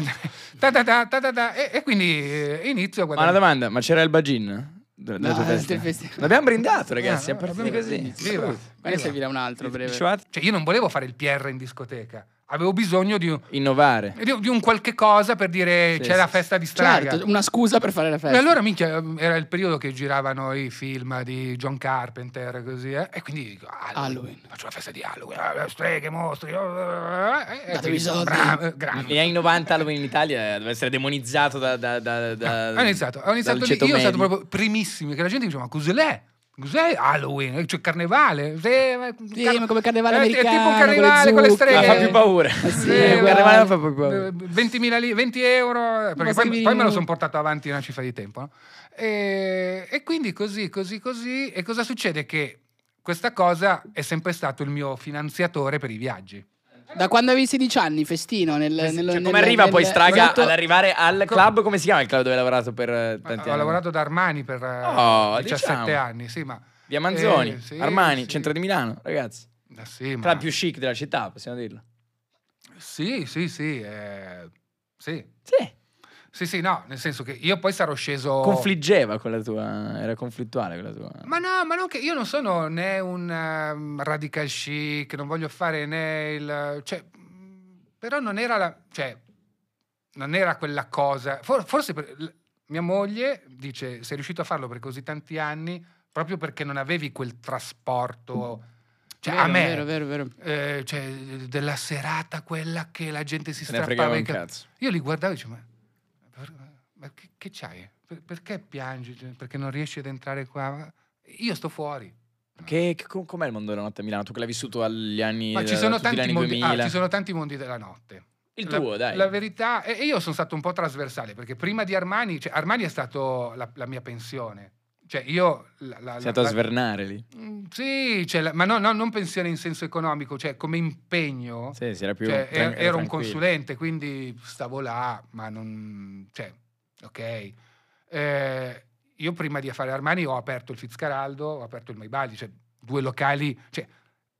D: ta ta ta ta ta ta, e, e quindi eh, inizio a
C: Ma una
D: guadagnare.
C: domanda, ma c'era il bagin? Della
E: No,
C: tua festa?
E: del festi-
C: L'abbiamo brindato, ragazzi,
D: Eh,
C: è partito
D: vabbè,
C: così.
D: viva,
E: Ma ne
D: viva.
E: servirà un altro breve.
C: Dicevate?
D: Cioè, io non volevo fare il PR in discoteca, avevo bisogno di, un-
C: Innovare.
D: di un- di un qualche cosa per dire
C: Sì,
D: c'è
C: sì,
D: la
C: sì.
D: festa di strada.
E: Certo, una scusa per fare la festa.
D: E allora, minchia, era il periodo che giravano i film di John Carpenter così, eh, e quindi dico, Halloween,
E: Halloween.
D: faccio la festa di Halloween, ah, streghe, mostri, ah, eh, eh,
E: Datevi
D: quindi,
E: i soldi.
D: bra- eh, grande.
C: Negli anni 90 Halloween in Italia deve essere demonizzato da... da, da, da
D: ho iniziato, Ah, esatto. ho iniziato
C: dal
D: lì,
C: ceto
D: io sono stato
C: medio.
D: proprio primissimi, che la gente diceva, ma cos'è? Cos'è Halloween? Cioè carnevale? Sì, ma-
E: Sì,
D: car- Eh,
E: ma come carnevale
D: è-
E: americano.
D: È tipo un
E: con le
D: carnevale con le,
E: zucche.
D: streghe.
C: Ma Ah, fa più paura.
E: Eh sì,
D: Eh,
E: è
C: il
D: guarda,
C: carnevale non
E: uguale.
C: fa più paura.
D: Eh, 20.000 lì, 20 euro, eh, perché poi,
E: scrivi-
D: poi me lo sono portato avanti una cifra di tempo. no? E, e quindi così, così, così. E cosa succede? Che questa cosa è sempre stato il mio finanziatore per i viaggi.
E: Da quando avevi 16 anni, festino. Nel,
C: Cioè,
E: nel-
C: come
E: nel-
C: arriva
E: nel-
C: poi Straga
D: esatto.
E: nell'otto-
C: ad arrivare al
D: Co-
C: club? Come si chiama il club dove hai lavorato per eh, tanti anni?
D: Ah, Ho lavorato da Armani per eh,
C: Oh,
D: 17
C: diciamo.
D: anni, sì, ma...
C: Via Manzoni,
D: Eh, sì,
C: Armani,
D: sì.
C: centro di Milano, ragazzi.
D: eh, sì, ma-
C: Club più chic della città, possiamo dirlo.
D: Sì, sì, sì, eh, sì.
C: Sì.
D: Sì, sì, no, nel senso che io poi sarò sceso...
C: Confliggeva con la tua... Era conflittuale con la tua...
D: Oh. Ma no, ma non che io non sono né un ehm, radical chic, non voglio fare né il... Cioè, mh, però non era la... Cioè, non era quella cosa... for- forse per- l- mia moglie dice, sei riuscito a farlo per così tanti anni proprio perché non avevi quel trasporto... Cioè,
E: Vero,
D: a me...
E: Vero, vero, vero.
D: eh, cioè, della serata quella che la gente si
C: Se ne
D: strappava
C: fregava
D: i
C: un
D: cap-
C: cazzo.
D: io li guardavo e dicevo, ma, per- ma che, che c'hai? Per- perché piangi? Cioè, Perché non riesci ad entrare qua? Io sto fuori.
C: Che, che- com- com'è il mondo della notte a Milano? Tu che l'hai vissuto agli anni,
D: Ma ci
C: da-
D: sono,
C: tutti gli
D: tanti
C: anni
D: mondi, ah,
C: 2000.
D: ci sono tanti mondi della notte.
C: Il
D: La-
C: tuo, dai.
D: La verità, e e io sono stato un po' trasversale, perché prima di Armani, cioè, Armani è stato la, la mia pensione. Cioè io... La, la-
C: Sei
D: la-
C: andato a
D: la-
C: svernare lì.
D: Mm, Sì, cioè, la- ma no, no, non pensione in senso economico, cioè come impegno.
C: Sì, sì, era più...
D: Cioè,
C: tran-
D: er- ero un
C: tranquillo.
D: consulente, quindi stavo là, ma non... Cioè, ok. Eh, io prima di fare Armani ho aperto il Fitzcaraldo, ho aperto il Maibali, cioè due locali... Cioè,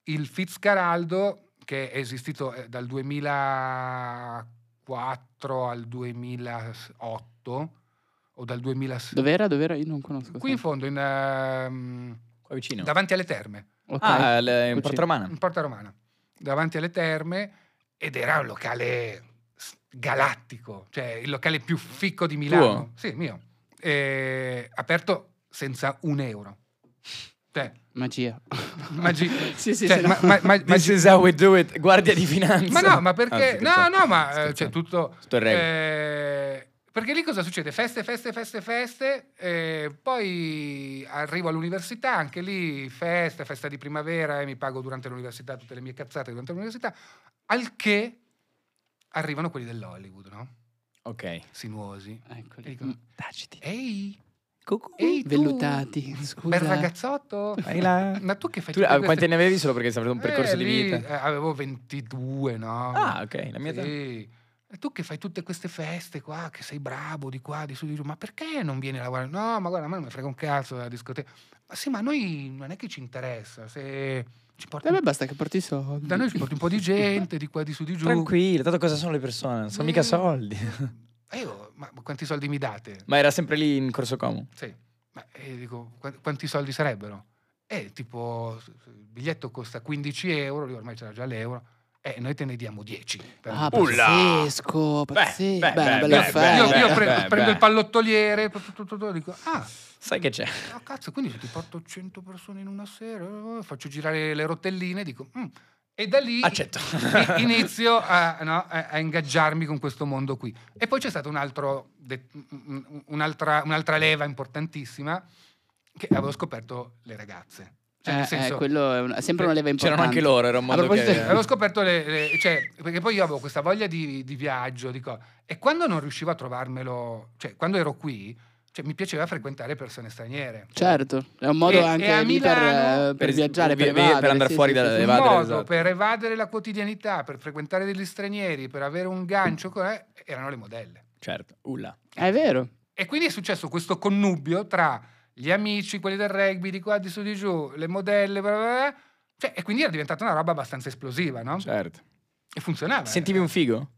D: il Fitzcaraldo, che è esistito eh, dal 2004 al 2008, o dal 2006...
E: Dov'era? Dov'era? Io non conosco.
D: Qui in fondo, in, ehm,
C: Qua vicino.
D: davanti alle terme.
E: Ok.
C: Ah, il- in
E: Cucina.
C: Porta Romana.
D: in Porta Romana, davanti alle terme, ed era un locale s- galattico, cioè il locale più ficco di Milano.
C: Tuo?
D: Sì, mio. E- aperto senza un euro. Cioè,
E: Magia.
D: magi-
E: sì, sì,
D: cioè,
E: se no-
D: ma- ma- ma-
C: This
D: magi-
C: is how we do it. Guardia di finanza.
D: ma no, ma perché?
C: Anzi,
D: no,
C: scherzavo.
D: no, ma eh,
C: Scherzavo.
D: cioè, tutto...
C: Tutto in regola.
D: eh, perché lì cosa succede? Feste, feste, feste, feste, eh, poi arrivo all'università, anche lì feste, festa di primavera e mi pago durante l'università tutte le mie cazzate durante l'università, al che arrivano quelli dell'Hollywood, no?
C: Ok.
D: Sinuosi. E
E: Eccoli.
D: dicono,
E: Mm.
C: Taciti.
D: ehi,
C: Cucù.
D: ehi tu,
E: Vellutati. Scusa.
D: bel ragazzotto, ma tu che fai?
C: Tu,
D: tutte
C: ah, quanti
D: queste-
C: ne avevi solo perché sei fatto un
D: Eh,
C: percorso di
D: lì,
C: vita?
D: eh, avevo 22, no?
C: Ah, ok, la mia età.
D: Sì. E tu che fai tutte queste feste qua, che sei bravo di qua, di su, di giù, ma perché non vieni a lavorare? No, ma guarda, a me non mi frega un cazzo la discoteca. Ma sì, ma a noi non è che ci interessa, se ci porti...
E: Vabbè, Eh, basta che porti i soldi.
D: da noi ci porti un po' di gente, di qua, di su, di giù.
C: Tranquillo, tanto cosa sono le persone? Non sono
D: Mm.
C: mica soldi.
D: E Eh, io, ma ma quanti soldi mi date?
C: Ma era sempre lì in Corso Como.
D: Sì. Ma e dico, "Qua- quanti soldi sarebbero? Eh, tipo, s- s- il biglietto costa 15 euro, lì ormai c'era già l'euro, e noi te ne diamo 10. per-
E: Ah,
C: Ulla.
E: pazzesco. Pazzesco.
C: beh,
E: Beh, una
C: beh,
E: bella
C: beh,
E: festa.
D: io, io
C: beh,
D: pre-
C: beh,
D: prendo
C: beh.
D: il pallottoliere, tu- tu- tu- tu- tu, dico, ah,
C: Sai che c'è?
D: ah, cazzo, quindi se ti porto 100 persone in una sera, eh, faccio girare le rotelline, dico, "Mm". e da lì
C: Accetto.
D: i- inizio a, no, a- a ingaggiarmi con questo mondo qui. E poi c'è stata un altro de- un- un- un'altra, un'altra leva importantissima, che avevo scoperto le ragazze. Cioè, nel
E: Eh, eh,
D: senso,
E: quello è un- è sempre una leva importante.
C: C'erano anche loro, era un
E: A
C: mondo che... eh.
E: proposito-
D: Avevo scoperto le, le- cioè, perché poi io avevo questa voglia di, di viaggio, di co- e quando non riuscivo a trovarmelo, cioè quando ero qui, cioè, mi piaceva frequentare persone straniere.
E: Certo, è un modo
D: E-
E: anche
D: e a
E: lì per,
D: Milano-
E: eh, per
C: per-
E: viaggiare, per,
C: per- per
E: evadere,
C: andare fuori dalle
D: Un
C: Evadere,
D: modo
C: esatto.
D: per evadere la quotidianità, per frequentare degli stranieri, per avere un gancio, co- eh, erano le modelle.
C: Certo, ulla.
E: È vero.
D: E quindi è successo questo connubio tra gli amici, quelli del rugby, di qua, di su, di giù, le modelle, bla bla bla, Cioè, e quindi era diventata una roba abbastanza esplosiva, no?
C: Certo.
D: E funzionava.
C: Sentivi un figo?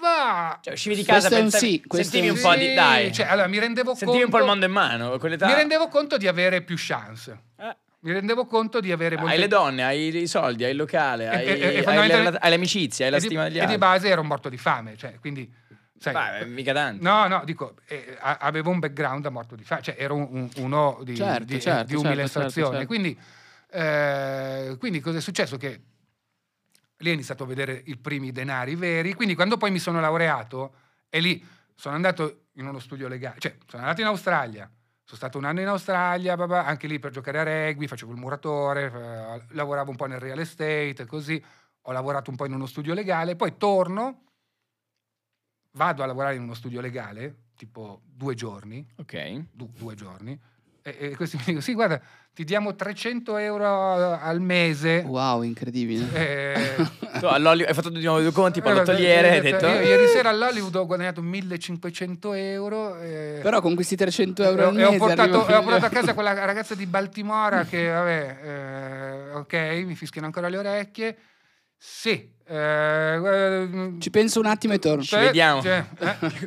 D: Ma-
C: Cioè, uscivi di
E: Questo
C: casa
E: è un
C: pensavi-
E: sì, questo
C: sentivi
E: è
C: un
E: un
C: po'
D: sì,
C: di dai.
D: Cioè, allora, mi rendevo
C: sentivi un po' il
D: conto-
C: mondo in mano, con l'età.
D: Mi rendevo conto di avere più chance.
C: Eh.
D: Mi rendevo conto di avere molte
C: Hai le donne, hai i soldi, hai il locale, hai,
D: E- e- e
C: hai
D: fondamentalmente-
C: le- hai l'amicizia, hai la
D: e di-
C: stima degli
D: E di
C: altri. mm.
D: base ero morto di fame, cioè, quindi... sai,
C: Beh, mica tanto.
D: No, no, dico, eh, a- avevo un background da morto di fame, cioè ero un- un- uno di,
E: Certo,
D: di-
E: certo,
D: di umile
E: certo, certo,
D: estrazione.
E: certo.
D: Quindi, eh, quindi cosa è successo? Che lì ho iniziato a vedere i primi denari veri, quindi quando poi mi sono laureato e lì sono andato in uno studio legale, cioè sono andato in Australia, sono stato un anno in Australia, babà, anche lì per giocare a rugby, facevo il muratore, eh, lavoravo un po' nel real estate, così, ho lavorato un po' in uno studio legale, poi torno, vado a lavorare in uno studio legale, tipo due giorni,
C: Ok.
D: du- due giorni, e, e questi mi dicono, sì guarda, ti diamo 300 euro al mese.
E: Wow, incredibile.
D: Eh,
C: Tu all'olio- hai fatto di nuovo due conti, poi
D: eh,
C: all'ottoliere hai
D: io-
C: detto...
D: io ieri sera all'Hollywood ho guadagnato 1500 euro. eh,
E: Però con questi 300
D: e
E: euro
D: ho-
E: al
D: e ho
E: mese
D: portato,
E: arriva-
D: e ho portato a casa quella ragazza di Baltimora che, vabbè, eh, ok, mi fischiano ancora le orecchie. Sì, eh,
E: Ci penso un attimo e torno.
C: Ci vediamo.
D: cioè, eh.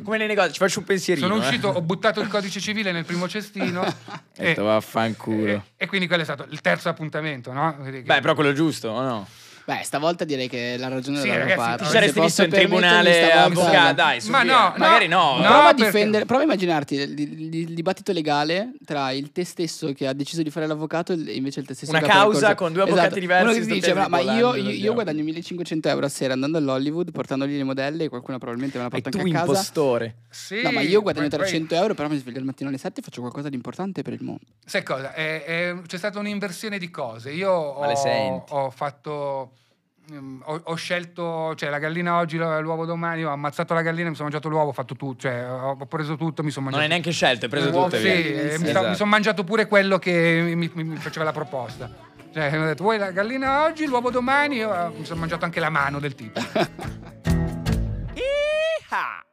C: Come nei negozi, ci faccio un pensierino.
D: Sono
C: eh.
D: uscito, ho buttato il codice civile nel primo cestino.
C: Ho detto, vaffanculo.
D: E, e quindi quello è stato il terzo appuntamento, no? Quindi che-
C: Beh, però quello giusto, o no?
E: Beh, stavolta direi che la ragione
D: Sì,
E: è dalla
D: ragazzi,
E: parte.
D: ti
C: Ci
E: Se
C: saresti
E: posso
C: visto in
E: permettermi
C: tribunale,
E: stavolta-
C: avvocato, dai, su,
D: Ma
C: via.
D: no,
C: magari no. eh.
D: no.
E: prova, a
D: perché-
E: difendere- prova a immaginarti il, il- il dibattito legale tra il te stesso che ha deciso di fare l'avvocato e invece il te stesso
C: Una
E: che ha fatto il
C: causa
E: corso.
C: con due avvocati
E: Esatto.
C: diversi,
E: Uno che ti
C: sto
E: dice:
C: tesi
E: "Ma- Ma io,
C: volando,
E: io- io
C: andiamo."
E: guadagno 1500 euro a sera andando all'Hollywood, portandogli le modelle e qualcuno probabilmente me la
C: E
E: porta
C: tu
E: anche a casa.
C: impostore.
D: Sì,
E: No, ma io guadagno
D: poi- poi-
E: 300 euro, però mi sveglio al mattino alle 7 e faccio qualcosa di importante per il mondo.
D: Sai cosa? È- è- c'è stata un'inversione di cose. Io
C: Ma le
D: ho,
C: senti?
D: ho fatto. mm, Ho, ho scelto, cioè la gallina oggi, lo- l'uovo domani. Ho ammazzato la gallina, mi sono mangiato l'uovo, ho fatto tutto, cioè ho ho preso tutto, mi sono
C: Non
D: mangiato.
C: hai neanche scelto, hai preso
D: Uovo,
C: tutto. e
D: sì,
C: via.
D: eh, mi,
C: Esatto.
D: sono mangiato pure quello che mi, mi- mi faceva la proposta. Cioè, mi hanno detto, vuoi la gallina oggi, l'uovo domani? Io, eh, mi sono mangiato anche la mano del tipo.
C: Iha!